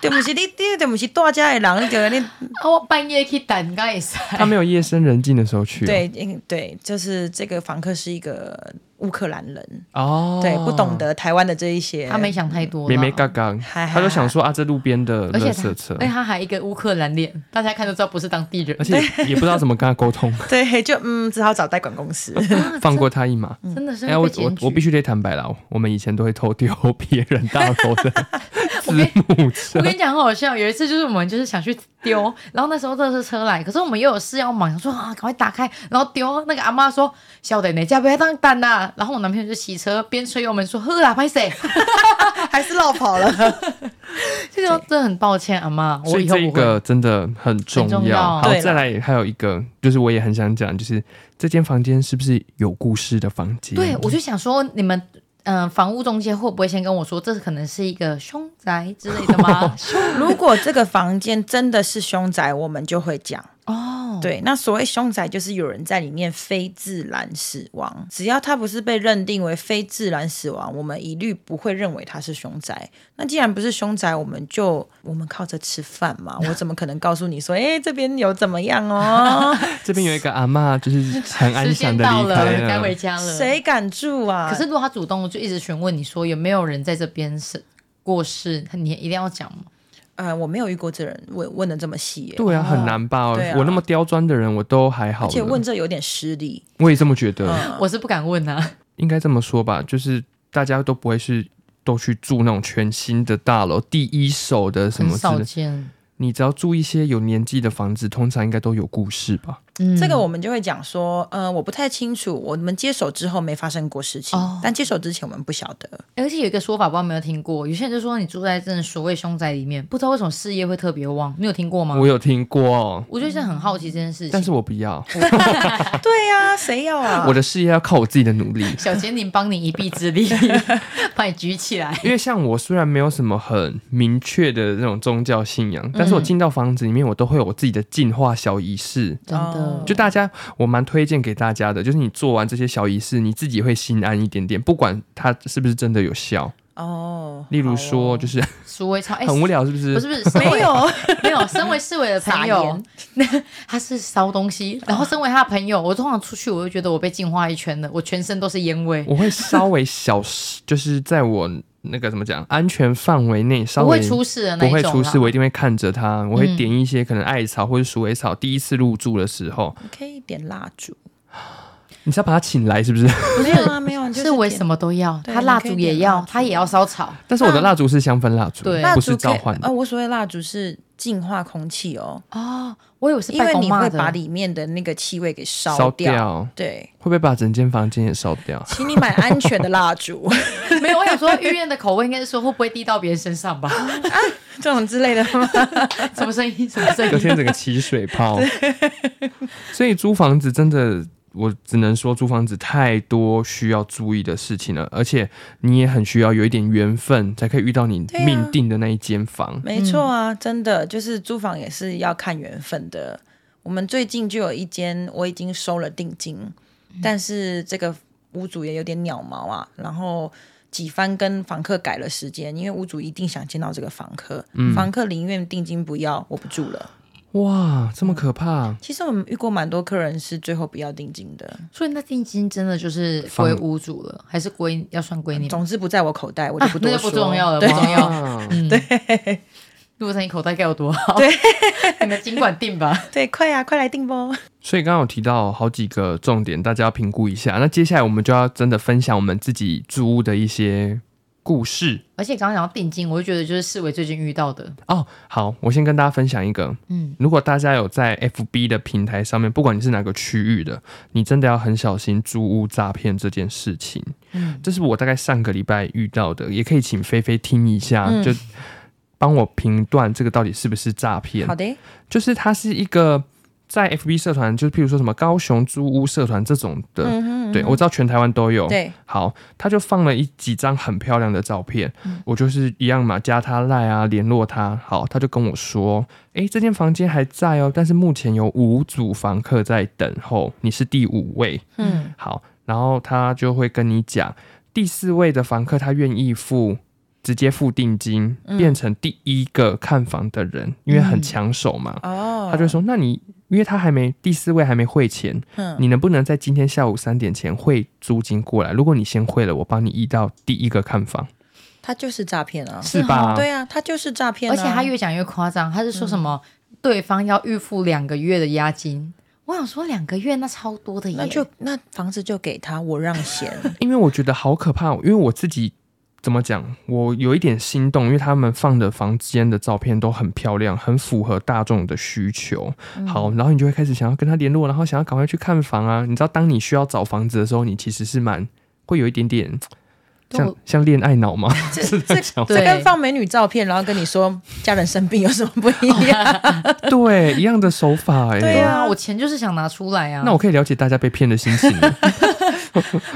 Speaker 1: 对不起你，你对不起大家的人，你就你
Speaker 3: 啊，我半夜去等，该也是。哦
Speaker 2: 他没有夜深人静的时候去。
Speaker 1: 对，嗯，对，就是这个房客是一个乌克兰人，
Speaker 2: 哦，
Speaker 1: 对，不懂。得台湾的这一些，
Speaker 3: 他没想太多啦，
Speaker 2: 妹妹嘎嘎，
Speaker 1: 还
Speaker 2: 他就想说啊，这路边的
Speaker 3: 而
Speaker 2: 垃
Speaker 3: 且
Speaker 2: 圾
Speaker 3: 他
Speaker 2: 车，，
Speaker 3: 而
Speaker 1: 哎
Speaker 3: 且他还一个乌克兰脸，大家看都知道不是当地人
Speaker 2: 而，且也不知道怎么跟他沟 通，
Speaker 1: 对，就嗯，只好找代管公 司。
Speaker 2: 放过他一马。
Speaker 3: 真的是
Speaker 2: 哎、我
Speaker 3: 会被
Speaker 2: 我
Speaker 3: 检举。
Speaker 2: 我必须得坦白啦，我们以前都会偷丢 别人大楼的字
Speaker 3: 跟
Speaker 2: 幕车
Speaker 3: 我。跟你讲很好笑，有一次就是我们就是想去丢， 然后那时候垃圾车来，可是我们又有事要忙，想说啊赶快打开，然后丢。那个阿妈说：“小的你家不要当蛋呐。” 然后我男朋友就骑车边吹油门说：“呵啦，拍谁
Speaker 1: 还是绕跑了。
Speaker 3: 这个真的很抱歉，阿妈，我
Speaker 2: 所以
Speaker 3: 以后
Speaker 2: 这
Speaker 3: 不会。
Speaker 2: 个真的很重
Speaker 3: 很重要
Speaker 2: 好
Speaker 1: 对，啦
Speaker 2: 再来还有一个，就是我也很想讲，就是这间房间是不是有故事的房间？
Speaker 3: 对，我就想说，你们嗯、呃房屋中介会不会先跟我说，这可能是一个凶宅之类的 吗？凶
Speaker 1: 如果这个房间真的是凶宅，我们就会讲。
Speaker 3: 哦，
Speaker 1: 对，那所谓凶宅就是有人在里面非自然死亡，只要他不是被认定为非自然死亡，我们一律不会认为他是凶宅。那既然不是凶宅，我们就我们靠着吃饭 嘛，我怎么可能告诉你说，哎、这边有怎么样 哦？
Speaker 2: 这边有一个阿 嬷，就是很安
Speaker 3: 时
Speaker 2: 详
Speaker 3: 间
Speaker 2: 的
Speaker 3: 到
Speaker 2: 离
Speaker 3: 了，
Speaker 2: 开
Speaker 3: 该回家了。
Speaker 1: 谁敢住啊？
Speaker 3: 可是如果他主动就一直询问你说有没有人在这边是过世，你一定要讲吗？
Speaker 1: 呃，我没有遇过这人问问的这么细、耶
Speaker 2: 对啊，很难吧？
Speaker 1: 对啊
Speaker 2: 我那么刁钻的人，我都还好
Speaker 1: 而且问
Speaker 2: 了。
Speaker 1: 这有点失礼。
Speaker 2: 我也这么觉得，
Speaker 1: 嗯
Speaker 3: 我是不敢问啊。
Speaker 2: 应该这么说吧，就是大家都不会是都去住那种全新的大楼，第一手的什
Speaker 3: 很
Speaker 2: 么之
Speaker 3: 少
Speaker 2: 类。
Speaker 3: 见。
Speaker 2: 你只要住一些有年纪的房子，通常应该都有故事吧？
Speaker 3: 嗯，
Speaker 1: 这个我们就会讲说，呃，我不太清楚，我们接手之后没发生过事情，
Speaker 3: 哦
Speaker 1: 但接手之前我们不晓得。
Speaker 3: 而且有一个说法，不知道有没有听过？有些人就说你住在这种所谓凶宅里面，不知道为什么事业会特别旺，你有听过吗？
Speaker 2: 我有听过，
Speaker 3: 我啊就是很好奇这件事情。
Speaker 2: 但是我不要，
Speaker 1: 对呀、谁要啊？
Speaker 2: 我的事业要靠我自己的努力。
Speaker 3: 小精灵帮你一臂之 力，把你举起来。
Speaker 2: 因为像我虽然没有什么很明确的那种宗教信仰，但是我进到房子里面，我都会有我自己的净化小仪式。
Speaker 3: 真的
Speaker 1: 哦，
Speaker 2: 就大家，我蛮推荐给大家的，就是你做完这些小仪式，你自己会心安一点点，不管它是不是真的有效。
Speaker 1: 哦，
Speaker 2: 例如
Speaker 1: 好
Speaker 2: 说，
Speaker 1: 哦
Speaker 2: 就是
Speaker 3: 苏威超，哎、
Speaker 2: 很无聊，是不是？
Speaker 3: 不是不是，身为
Speaker 1: 没有
Speaker 3: 没有，身为世伟的朋
Speaker 1: 傻
Speaker 3: 友
Speaker 1: 眼，
Speaker 3: 他是烧东西，
Speaker 2: 啊
Speaker 3: 然后身为他的朋友，我通常出去，我就觉得我被净化一圈了，我全身都是烟味，
Speaker 2: 我会稍微小，就是在我那个怎么讲，安全范围内稍
Speaker 3: 不
Speaker 2: 微
Speaker 3: 会出事的那
Speaker 2: 不
Speaker 3: 一种
Speaker 2: 会
Speaker 3: 啦。
Speaker 2: 出事，我一定会看着它，我会
Speaker 3: 嗯
Speaker 2: 点一些可能艾草或者鼠尾草。第一次入住的时候，
Speaker 3: 嗯
Speaker 1: 你可以点蜡烛，
Speaker 2: 你是要把它请来，是不是？
Speaker 1: 没有啊，没有啊，就是
Speaker 3: 世伟什
Speaker 1: 么
Speaker 3: 么都要，
Speaker 1: 对
Speaker 3: 他蜡烛啊也
Speaker 1: 你可以点蜡
Speaker 3: 要
Speaker 1: 烛，
Speaker 3: 他也要烧草。
Speaker 2: 但是我的蜡烛是香氛蜡烛，
Speaker 3: 对
Speaker 1: 蜡
Speaker 2: 不
Speaker 1: 烛
Speaker 2: 是
Speaker 1: 可
Speaker 2: 召
Speaker 1: 以
Speaker 2: 唤的
Speaker 1: 呃，。我所谓蜡烛是净化空气哦，
Speaker 3: 哦，我以为是
Speaker 1: 因
Speaker 3: 拜
Speaker 1: 为
Speaker 3: 公
Speaker 1: 你
Speaker 3: 妈
Speaker 1: 会
Speaker 3: 的，
Speaker 1: 把 里面的那个气味给
Speaker 3: 呃
Speaker 1: 烧
Speaker 2: 烧
Speaker 1: 掉。
Speaker 2: 掉
Speaker 1: 对，
Speaker 2: 会不会把整间房间也烧 掉？
Speaker 1: 请你买安全的蜡烛，
Speaker 3: 没有，我想说玉燕的口味应该是说会不会滴到别人身 上吧？
Speaker 1: 这种之类的吗？
Speaker 3: 什么声音？什么声
Speaker 2: 隔
Speaker 3: 音？
Speaker 2: 天整个起水 泡。所以租房子真的，我只能说租房子太多需要注意的事情了，而且你也很需要有一点缘分，才可以遇到你
Speaker 1: 对啊
Speaker 2: 命定的那一间房。
Speaker 1: 没错啊，真的就是租房也是要看缘分的。我们最近就有一间我已经收了定金，
Speaker 3: 嗯
Speaker 1: 但是这个屋主也有点鸟毛啊，然后几番跟房客改了时间，因为屋主一定想见到这个房客，
Speaker 3: 嗯
Speaker 1: 房客宁愿定金不要，我不住了。
Speaker 3: 啊
Speaker 2: 哇，这么可怕！
Speaker 1: 其实我们遇过蛮多客人是最后不要定金的，
Speaker 3: 所以那定金真的就是归屋主了，还是归要算归你？啊
Speaker 1: 总之不在我口袋，我就不
Speaker 3: 那
Speaker 1: 多
Speaker 3: 就
Speaker 1: 说。
Speaker 3: 不重要了，不
Speaker 1: 对，
Speaker 3: 重要。
Speaker 2: 哇
Speaker 3: 嗯，对。陆生，你口袋该有多好？对， 你们尽管定吧。
Speaker 1: 对，快啊，快来订不？
Speaker 2: 所以刚刚有提到好几个重点，大家要评估一下。那接下来我们就要真的分享我们自己租屋的一些故事。
Speaker 3: 而且刚刚讲到定金，我就觉得就是世伟最近遇到的，
Speaker 2: 哦，好，我先跟大家分享一个，嗯
Speaker 3: 嗯，
Speaker 2: 如果大家有在 FB 的平台上面，不管你是哪个区域的，你真的要很小心租屋诈骗这件事情。
Speaker 3: 嗯，
Speaker 2: 这是我大概上个礼拜遇到的，也可以请菲菲听一下，
Speaker 3: 嗯
Speaker 2: 就帮我评断这个到底是不是诈骗
Speaker 1: 好。的，
Speaker 2: 就是它是一个在 FB 社团，就譬如说什么高雄租屋社团这种的，对我知道全台湾都
Speaker 3: 哦
Speaker 2: 有，
Speaker 1: 对，
Speaker 2: 好，他就放了一几张很漂亮的照片，我就是一样嘛，加他赖啊，联络他。好，他就跟我说，诶，这间房间还在哦，但是目前有五组房客在等候，你是第五位。
Speaker 1: 嗯，
Speaker 2: 好，然后他就会跟你讲，第四位的房客他愿意付。直接付定金，变成第一个看房的人，因为很抢手嘛。
Speaker 3: 嗯
Speaker 1: 哦，
Speaker 2: 他就说：“那你因为他还没第四位还没汇钱，
Speaker 1: 嗯
Speaker 2: 你能不能在今天下午三点前汇租金过来？如果你先汇了，我帮你移到第一个看房，
Speaker 1: 他就是诈骗啊，
Speaker 2: 是吧？
Speaker 1: 对啊，他就是诈骗、啊，嗯
Speaker 3: 而且他越讲越夸张，他是说什么对方要预付两个月的押金。我想说两个月那超多的耶，
Speaker 1: 那就那房子就给他，我让 贤。
Speaker 2: 因为我觉得好可怕，因为我自己怎么讲，我有一点心动，因为他们放的房间的照片都很漂亮，很符合大众的需求。
Speaker 1: 嗯
Speaker 2: 好，然后你就会开始想要跟他联络，然后想要赶快去看房啊。你知道，当你需要找房子的时候，你其实是蛮会有一点点。
Speaker 3: 但
Speaker 2: 像
Speaker 3: 我
Speaker 2: 像恋爱 脑吗？
Speaker 1: 这这
Speaker 3: 对
Speaker 1: 这跟放美女照片，然后跟你说家人生病有什么不一样？
Speaker 2: 对，一样的手法哎、
Speaker 1: 对啊
Speaker 3: 啊，我钱就是想拿出来啊。
Speaker 2: 那我可以了解大家被骗的心情了。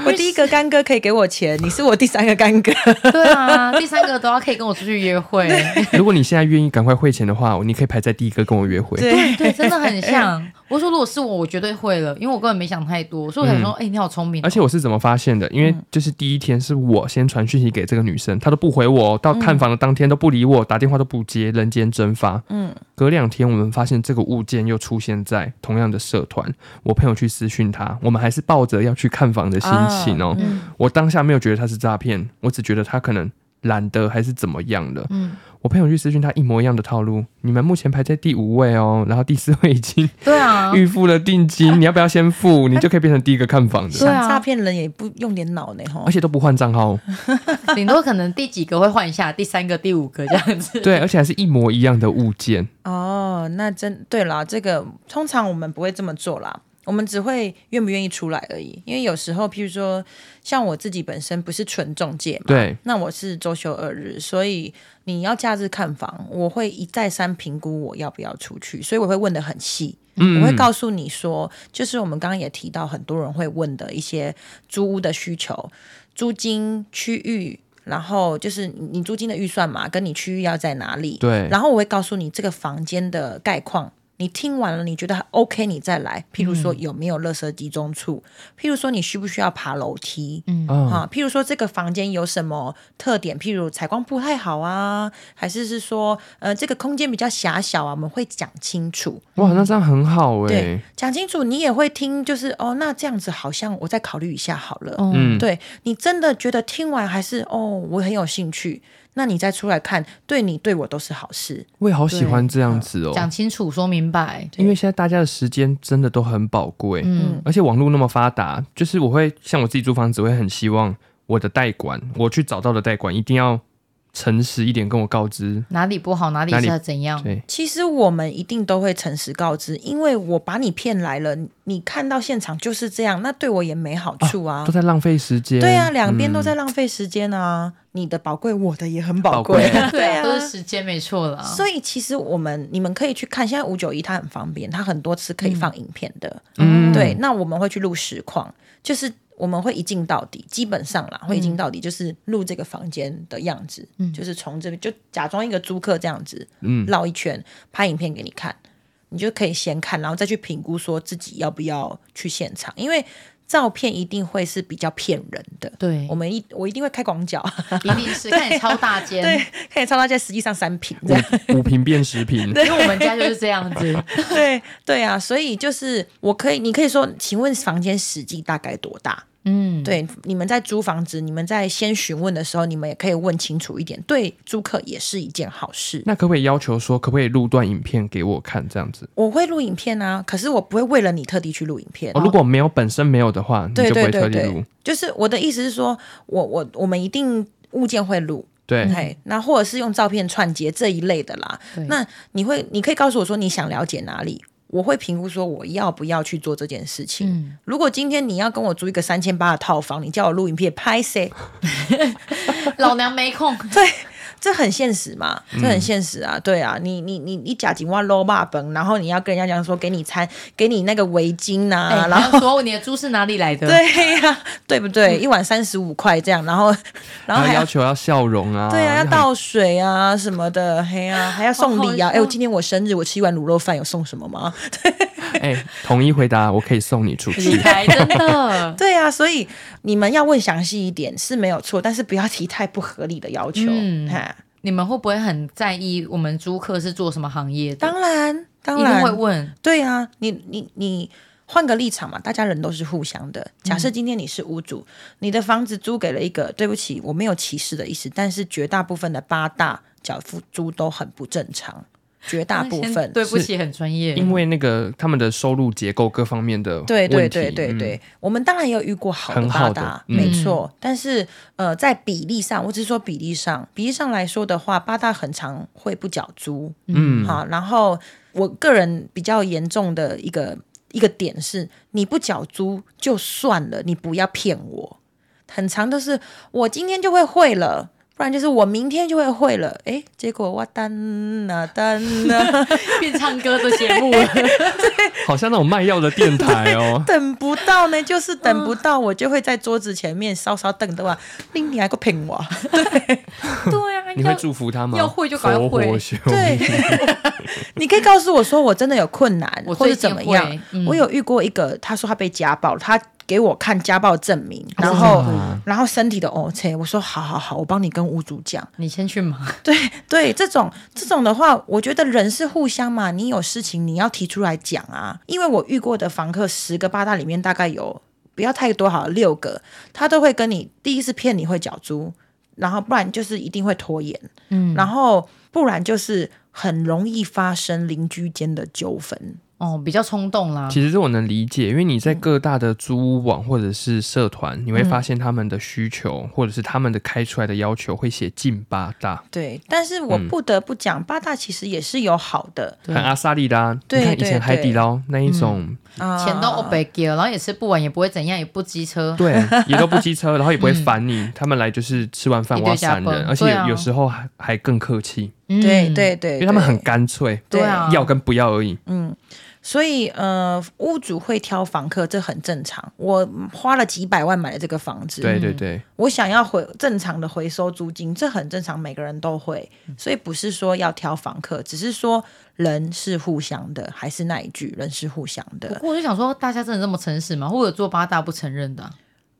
Speaker 1: 我第一个干哥可以给我钱，你是我第三个干哥，
Speaker 3: 对啊， 第三个都要可以跟我出去约 会，
Speaker 2: 如果你现在愿意赶快汇钱的话，你可以排在第一个跟我约会。
Speaker 1: 对
Speaker 3: 对，真的很像。我说如果是我，我绝对会了，因为我根本没想太多，所以我想说，哎、你好聪明哦、
Speaker 2: 嗯而且我是怎么发现的？因为就是第一天是我先传讯息给这个女生，她都不回我，到探访的当天都不理我，打电话都不接，人间蒸发。嗯，隔两天我们发现这个物件又出现在同样的社团，我朋友去私讯她，我们还是抱着要去看房的心情
Speaker 3: 啊
Speaker 2: 哦、
Speaker 3: 嗯
Speaker 1: 嗯
Speaker 2: 我当下没有觉得她是诈骗，我只觉得她可能懒得还是怎么样了。嗯，我朋友去私讯她一模一样的套路，你们目前排在第五位哦，然后第四位已经
Speaker 3: 对啊，
Speaker 2: 预付了定金，你要不要先付？你就可以变成第一个看房的。
Speaker 3: 对啊
Speaker 1: 想诈骗人也不用点脑呢吼
Speaker 2: 而。且都不换账号，
Speaker 3: 顶多可能第几个会换一下，第三个、第五个这样子。
Speaker 2: 对，而且还是一模一样的物件，
Speaker 1: 哦，那真对啦，这个通常我们不会这么做啦，我们只会愿不愿意出来而已。因为有时候，譬如说，像我自己本身不是纯中介嘛，
Speaker 2: 对，
Speaker 1: 那我是周休二日，所以你要假日看房，我会一再三评估我要不要出去，所以我会问的很细。
Speaker 2: 嗯
Speaker 1: 我会告诉你说，就是我们刚刚也提到，很多人会问的一些租屋的需求、租金区域，然后就是你租金的预算嘛，跟你区域要在哪里，
Speaker 2: 对
Speaker 1: 然后我会告诉你这个房间的概况。你听完了，你觉得 OK，你再来。譬如
Speaker 2: 嗯
Speaker 1: 说有没有垃圾集中处，譬如说你需不需要爬楼梯，嗯
Speaker 2: 嗯，
Speaker 1: 啊，譬如说这个房间有什么特点，譬如采光不太好啊，还是是说呃这个空间比较狭小啊，我们会讲清楚。
Speaker 2: 哇，那这样很好哎、
Speaker 1: 对，讲清楚，你也会听，就是哦，那这样子好像我再考虑一下好了。
Speaker 2: 嗯，
Speaker 1: 对你真的觉得听完还是哦，我很有兴趣，那你再出来看，对你对我都是好事。
Speaker 2: 我也好喜欢这样子哦、
Speaker 3: 讲清楚，说明白。
Speaker 2: 因为现在大家的时间真的都很宝贵，嗯，而且网络那么发达，就是我会像我自己租房子，我会很希望我的代管，我去找到的代管一定要诚实一点，跟我告知，
Speaker 3: 哪里不好，哪里
Speaker 2: 哪里
Speaker 3: 是怎样？
Speaker 2: 对，
Speaker 1: 其实我们一定都会诚实告知，因为我把你骗来了，你看到现场就是这样，那对我也没好处啊。
Speaker 2: 都在浪费时间，
Speaker 1: 对啊，两边
Speaker 2: 嗯
Speaker 1: 都在浪费时间啊，你的宝贵，我的也很宝
Speaker 2: 宝贵
Speaker 1: 对啊，
Speaker 3: 都是啊时间没错了。
Speaker 1: 所以其实我们你们可以去看，现在五九一它很方便，它很多次可以放影片的。
Speaker 2: 嗯
Speaker 1: 对，那我们会去录实况，就是我们会一镜到底，基本上啦，会一镜到底，就是录这个房间的样子，就是从这边就假装一个租客这样子，
Speaker 2: 嗯
Speaker 1: 绕一圈拍影片给你看，你就可以先看，然后再去评估说自己要不要去现场，因为照片一定会是比较骗人的。
Speaker 3: 对
Speaker 1: 我，们一我一定会开广角，
Speaker 3: 一定是看你超大间，
Speaker 1: 对，可以超到现在实际上三平这样。
Speaker 2: 五五瓶变十瓶，
Speaker 3: 因为我们家就是这样子。
Speaker 1: 对对啊，所以就是我可以，你可以说，请问房间实际大概多大？
Speaker 3: 嗯，
Speaker 1: 对，你们在租房子，你们在先询问的时候，你们也可以问清楚一点，对租客也是一件好事。
Speaker 2: 那可不可以要求说，可不可以录段影片给我看这样子？
Speaker 1: 我会录影片啊，可是我不会为了你特地去录影片。
Speaker 2: 哦，如果没有本身没有的话，你
Speaker 1: 对
Speaker 2: 就不
Speaker 1: 对
Speaker 2: 会特
Speaker 1: 对
Speaker 2: 地
Speaker 1: 对
Speaker 2: 录。，
Speaker 1: 就是我的意思是说，我我我们一定物件会录，
Speaker 2: 对，
Speaker 1: 嘿，那或者是用照片串接这一类的啦
Speaker 3: 对。
Speaker 1: 那你会，你可以告诉我说你想了解哪里，我会评估说我要不要去做这件事
Speaker 3: 嗯
Speaker 1: 情。如果今天你要跟我租一个三千八的套房，你叫我录影片拍谁？
Speaker 3: 老娘没空。
Speaker 1: 这很现实嘛，这很现实啊，对啊，你你你你假几万 low 霸本，然后你要跟人家讲说给你餐，给你那个围巾呐、
Speaker 3: 哎，
Speaker 1: 啊然
Speaker 3: 然
Speaker 1: 后。
Speaker 3: 后说你的猪是哪里来的？，
Speaker 1: 对呀、对不对？
Speaker 3: 嗯
Speaker 1: 一碗三十五块这样，然后，然后还要
Speaker 2: 要求要笑容啊，
Speaker 1: 对啊，要
Speaker 2: 很
Speaker 1: 倒水啊什么的，嘿啊，还要送礼啊！
Speaker 3: 好好
Speaker 1: 哎、
Speaker 3: 笑
Speaker 1: 我今天我生日，我吃一碗卤肉饭，有送什么吗？。
Speaker 2: 哎、统一回答，我可以送你出
Speaker 3: 理
Speaker 2: 去。
Speaker 3: 财真的
Speaker 1: 对啊，所以你们要问详细一点是没有错，但是不要提太不合理的要求。
Speaker 3: 嗯
Speaker 1: 哈，
Speaker 3: 你们会不会很在意我们租客是做什么行业的？
Speaker 1: 当然，当
Speaker 3: 一定会
Speaker 1: 然，
Speaker 3: 问。
Speaker 1: 对啊，你你你换个立场嘛，大家人都是互相
Speaker 3: 嗯
Speaker 1: 的。假设今天你是屋主，你的房子租给了一个，对不起，我没有歧视的意思，但是绝大部分的八大缴付租都很不正常，绝大部
Speaker 3: 先
Speaker 1: 分
Speaker 3: 对不起，很专业。
Speaker 2: 因为那个他们的收入结构各方面的
Speaker 1: 对对
Speaker 2: 问题
Speaker 1: 对对
Speaker 2: 嗯
Speaker 1: 对，我们当然也有遇过好的
Speaker 2: 很
Speaker 1: 八
Speaker 2: 好的
Speaker 1: 大，
Speaker 2: 嗯
Speaker 1: 没错。但是呃，在比例上，我只是说比例上，比例上来说的话，八大很常会不缴租，
Speaker 2: 嗯
Speaker 1: 好。然后我个人比较严重的一个一个点是，你不缴租就算了，你不要骗我。很长都是我今天就会会了。不然就是我明天就会会了，诶，结果哇单呐单呐，。
Speaker 3: 变唱歌的节目了。
Speaker 2: 好像那种卖药的电 台哦
Speaker 1: 等不到呢，就是等不到，我就会在桌子前面稍稍瞪的哇，令你还个啊骗我，
Speaker 3: 对啊，
Speaker 2: 你会祝福他吗？
Speaker 3: 要会就赶快会
Speaker 2: 活活修
Speaker 1: 对， 你可以告诉我说我真的有困难，
Speaker 3: 我
Speaker 1: 或
Speaker 3: 最
Speaker 1: 者
Speaker 3: 近
Speaker 1: 怎么样
Speaker 3: 会。嗯
Speaker 1: 我有遇过一个，他说他被家暴，他给我看家暴证明，
Speaker 3: 啊
Speaker 1: 然后、
Speaker 2: 哇
Speaker 1: 然后身体的 OK，我说好好好，我帮你跟屋主讲。
Speaker 3: 你先去 忙，
Speaker 1: 对对，这种这种的话，我觉得人是互相嘛，你有事情你要提出来讲啊。因为我遇过的房客十个八大里面大概有不要太多好了，六个他都会跟你第一是骗你会缴租，然后不然就是一定会拖延，
Speaker 3: 嗯，
Speaker 1: 然后不然就是很容易发生邻居间的纠纷。
Speaker 3: 哦，比较冲动啦。
Speaker 2: 其实这我能理解，因为你在
Speaker 3: 嗯
Speaker 2: 各大的租屋网或者是社团，你会发现他们的需求或者是他们的开出来的要求会写近八大，
Speaker 1: 对，但是我
Speaker 3: 嗯
Speaker 1: 不得不讲，八大其实也是有好的
Speaker 3: 对
Speaker 2: 很阿萨利达，
Speaker 1: 对
Speaker 2: 你看以前
Speaker 1: 对
Speaker 2: 海底捞那一种，
Speaker 1: 啊，
Speaker 3: 钱都 o b e 然后也吃不完，也不会怎样，也不机车。
Speaker 2: 对，也都不机车，然后也不会烦你，他们来就是吃完饭
Speaker 3: 嗯一
Speaker 2: 挖
Speaker 3: 堆加
Speaker 2: 散人，
Speaker 3: 班
Speaker 2: 而且
Speaker 3: 对啊
Speaker 2: 有有时候还还更客气，
Speaker 3: 嗯
Speaker 1: 对对对，
Speaker 2: 因为他们
Speaker 1: 对
Speaker 2: 很干脆，
Speaker 3: 对啊，
Speaker 2: 要跟不要而已。
Speaker 1: 所以呃，屋主会挑房客，这很正常。我花了几百万买了这个房子，
Speaker 2: 对对对，
Speaker 1: 我想要回正常的回收租金，这很正常，每个人都会。所以不是说要挑房客，只是说人是互相的，还是那一句，人是互相
Speaker 3: 不
Speaker 1: 的。
Speaker 3: 过我就想说，大家真的这么诚实吗？或者做八大不承认的啊、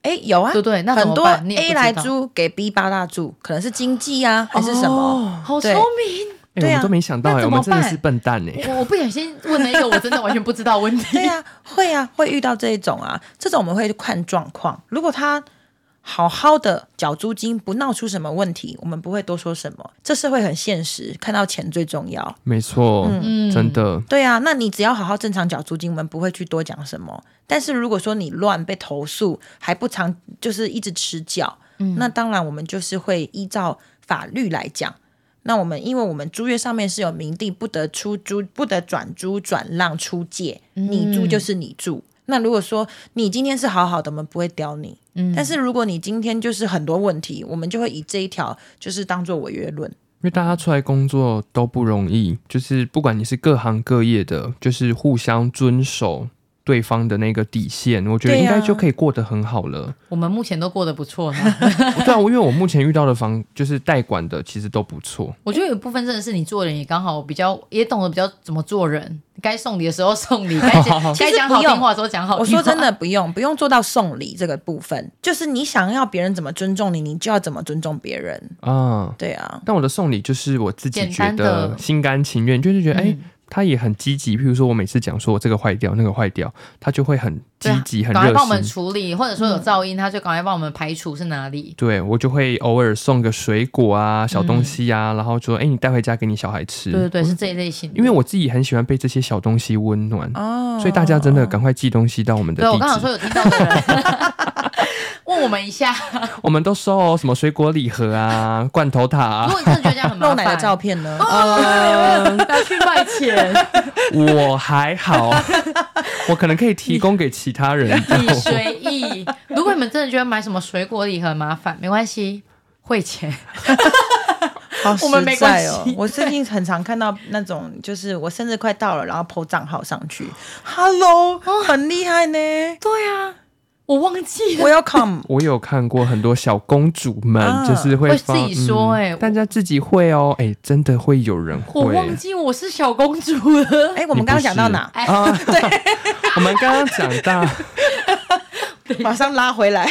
Speaker 1: 哎，有啊
Speaker 3: 对，不对？那怎
Speaker 1: 很
Speaker 3: 么
Speaker 1: 多
Speaker 3: 办你也不
Speaker 1: A
Speaker 3: 知
Speaker 1: 来
Speaker 3: 道，
Speaker 1: 租给 B 八大住，可能是经济啊，还是什么？
Speaker 3: 好聪
Speaker 1: 对
Speaker 3: 明。
Speaker 2: 哎、
Speaker 1: 对
Speaker 2: 我
Speaker 1: 啊
Speaker 2: 们都没想到、
Speaker 3: 那
Speaker 2: 哎，我
Speaker 3: 怎
Speaker 2: 们
Speaker 3: 么
Speaker 2: 真的
Speaker 3: 办
Speaker 2: 是笨蛋哎、
Speaker 3: 我我不小心问了一个我真的完全不知道的问题。
Speaker 1: 对啊，会啊，会遇到这一种啊，这种我们会看状况。如果他好好的缴租金，不闹出什么问题，我们不会多说什么。这社会很现实，看到钱最重要。
Speaker 2: 没错，
Speaker 3: 嗯
Speaker 2: 真的，
Speaker 1: 对啊，那你只要好好正常缴租金，我们不会去多讲什么。但是如果说你乱被投诉，还不常就是一直迟缴，那当然我们就是会依照法律来讲。那我们因为我们租约上面是有明定不得出租、不得转租、转让、出借，你租就是你住。那如果说你今天是好好的，我们不会刁你。
Speaker 3: 嗯
Speaker 1: 但是如果你今天就是很多问题，我们就会以这一条就是当做违约论。
Speaker 2: 因为大家出来工作都不容易，就是不管你是各行各业的，就是互相遵守对方的那个底线，我觉得
Speaker 1: 对啊
Speaker 2: 应该就可以过得很好了。
Speaker 3: 我们目前都过得不错呢。
Speaker 2: 对啊，我因为我目前遇到的房就是代管的，其实都不错。
Speaker 3: 我觉得有一部分真的是你做人也刚好比较也懂得比较怎么做人，该送礼的时候送礼，该讲
Speaker 1: 其实
Speaker 3: 该讲好
Speaker 1: 不用
Speaker 3: 听话的时候讲好听
Speaker 1: 我
Speaker 3: 话。
Speaker 1: 说真的，不用不用做到送礼这个部分，就是你想要别人怎么尊重你，你就要怎么尊重别人。
Speaker 2: 啊。
Speaker 1: 对啊，
Speaker 2: 但我的送礼就是我自己
Speaker 3: 简
Speaker 2: 觉
Speaker 3: 单
Speaker 2: 得
Speaker 3: 的
Speaker 2: 心甘情愿，就是觉得哎、
Speaker 3: 嗯
Speaker 2: 他也很积极。譬如说我每次讲说我这个坏掉，那个坏掉，他就会很积
Speaker 3: 对啊
Speaker 2: 极、很
Speaker 3: 赶快帮我
Speaker 2: 热
Speaker 3: 们
Speaker 2: 心。
Speaker 3: 处理，或者说
Speaker 1: 嗯
Speaker 3: 有噪音，他就赶快帮我们排除是哪里。
Speaker 2: 对我就会偶尔送个水果啊、小东西啊，然后说哎、你带回家给你小孩吃。
Speaker 3: 对嗯对对，是这一类型的。
Speaker 2: 因为我自己很喜欢被这些小东西温暖，
Speaker 1: 哦，
Speaker 2: 所以大家真的赶快寄东西到我们的
Speaker 3: 对我
Speaker 2: 地
Speaker 3: 刚想
Speaker 2: 址，
Speaker 3: 说有听到的人， 问我们一下，
Speaker 2: 我们都收哦，什么水果礼盒啊、罐头塔
Speaker 3: 如
Speaker 2: 啊。
Speaker 3: 果你真的觉得这样很麻
Speaker 1: 露
Speaker 3: 烦，
Speaker 1: 奶的照片呢？
Speaker 3: 呃，不 要去卖钱，
Speaker 2: 我还 好，我可能可以提供给其他人。
Speaker 3: 你随意。如果你们真的觉得买什么水果礼很麻烦，没关系，汇钱。
Speaker 1: 好
Speaker 3: 我们
Speaker 1: 实
Speaker 3: 没
Speaker 1: 在
Speaker 3: 关
Speaker 1: 哦
Speaker 3: 系。
Speaker 1: 我最近很常看到那种，就是我生日快到了，然后 PO 账号上去，Hello，很厉害呢。
Speaker 3: 对啊，我忘记了。
Speaker 1: Welcome，
Speaker 2: 我有看过很多小公主们，
Speaker 1: 啊
Speaker 2: 就是会
Speaker 3: 嗯会
Speaker 2: 放
Speaker 3: 自己说
Speaker 2: 嗯
Speaker 3: 哎
Speaker 2: 大家自己会哦，哎、真的会有人
Speaker 3: 我
Speaker 2: 会。
Speaker 3: 忘记我是小公主了，
Speaker 1: 哎，我们刚刚讲到哪？
Speaker 3: 哎
Speaker 2: 啊？我们刚刚讲到，
Speaker 1: 马上拉回来。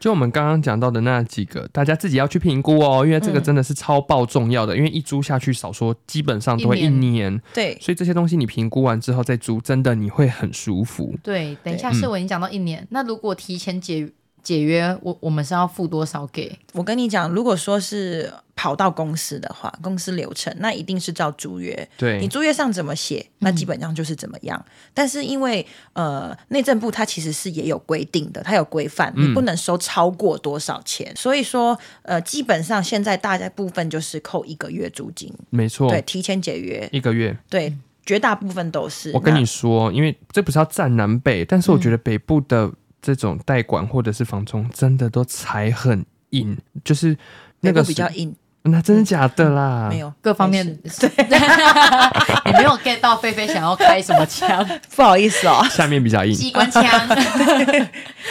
Speaker 2: 就我们刚刚讲到的那几个，大家自己要去评估哦，因为这个真的是超爆重要的，因为一租下去少说基本上都会一
Speaker 3: 一年
Speaker 2: 年
Speaker 1: 对，
Speaker 2: 所以这些东西你评估完之后再租，真的你会很舒服。
Speaker 3: 对，嗯等一下，是我已经讲到一年。那如果提前解解约，我我们是要付多少给？
Speaker 1: 我跟你讲，如果说是跑到公司的话，公司流程那一定是照租约。你
Speaker 2: 对，嗯
Speaker 1: 租约上怎么写，那基本上就是怎么样。但是因为呃，内政部它其实是也有规定的，它有规范，
Speaker 2: 嗯
Speaker 1: 你不能收超过多少钱。所以说，呃，基本上现在大家部分就是扣一个月租金，
Speaker 2: 没错
Speaker 1: 对，，提前解约，
Speaker 2: 一个月。
Speaker 1: 对，绝大部分都是。嗯
Speaker 2: 我跟你说，因为这不是要占南北，但是我觉得北部的这种代管或者是房中真的都踩很硬，就是那
Speaker 1: 北
Speaker 2: 个
Speaker 1: 部比
Speaker 2: 是啊
Speaker 1: 较硬，
Speaker 2: 那真的假的啦？
Speaker 1: 没有
Speaker 3: 各方面
Speaker 1: 没事
Speaker 3: 对，你没有 get 到菲菲想要开什么 枪，
Speaker 1: 不好意思哦，
Speaker 2: 下面比较硬，
Speaker 3: 机 关枪，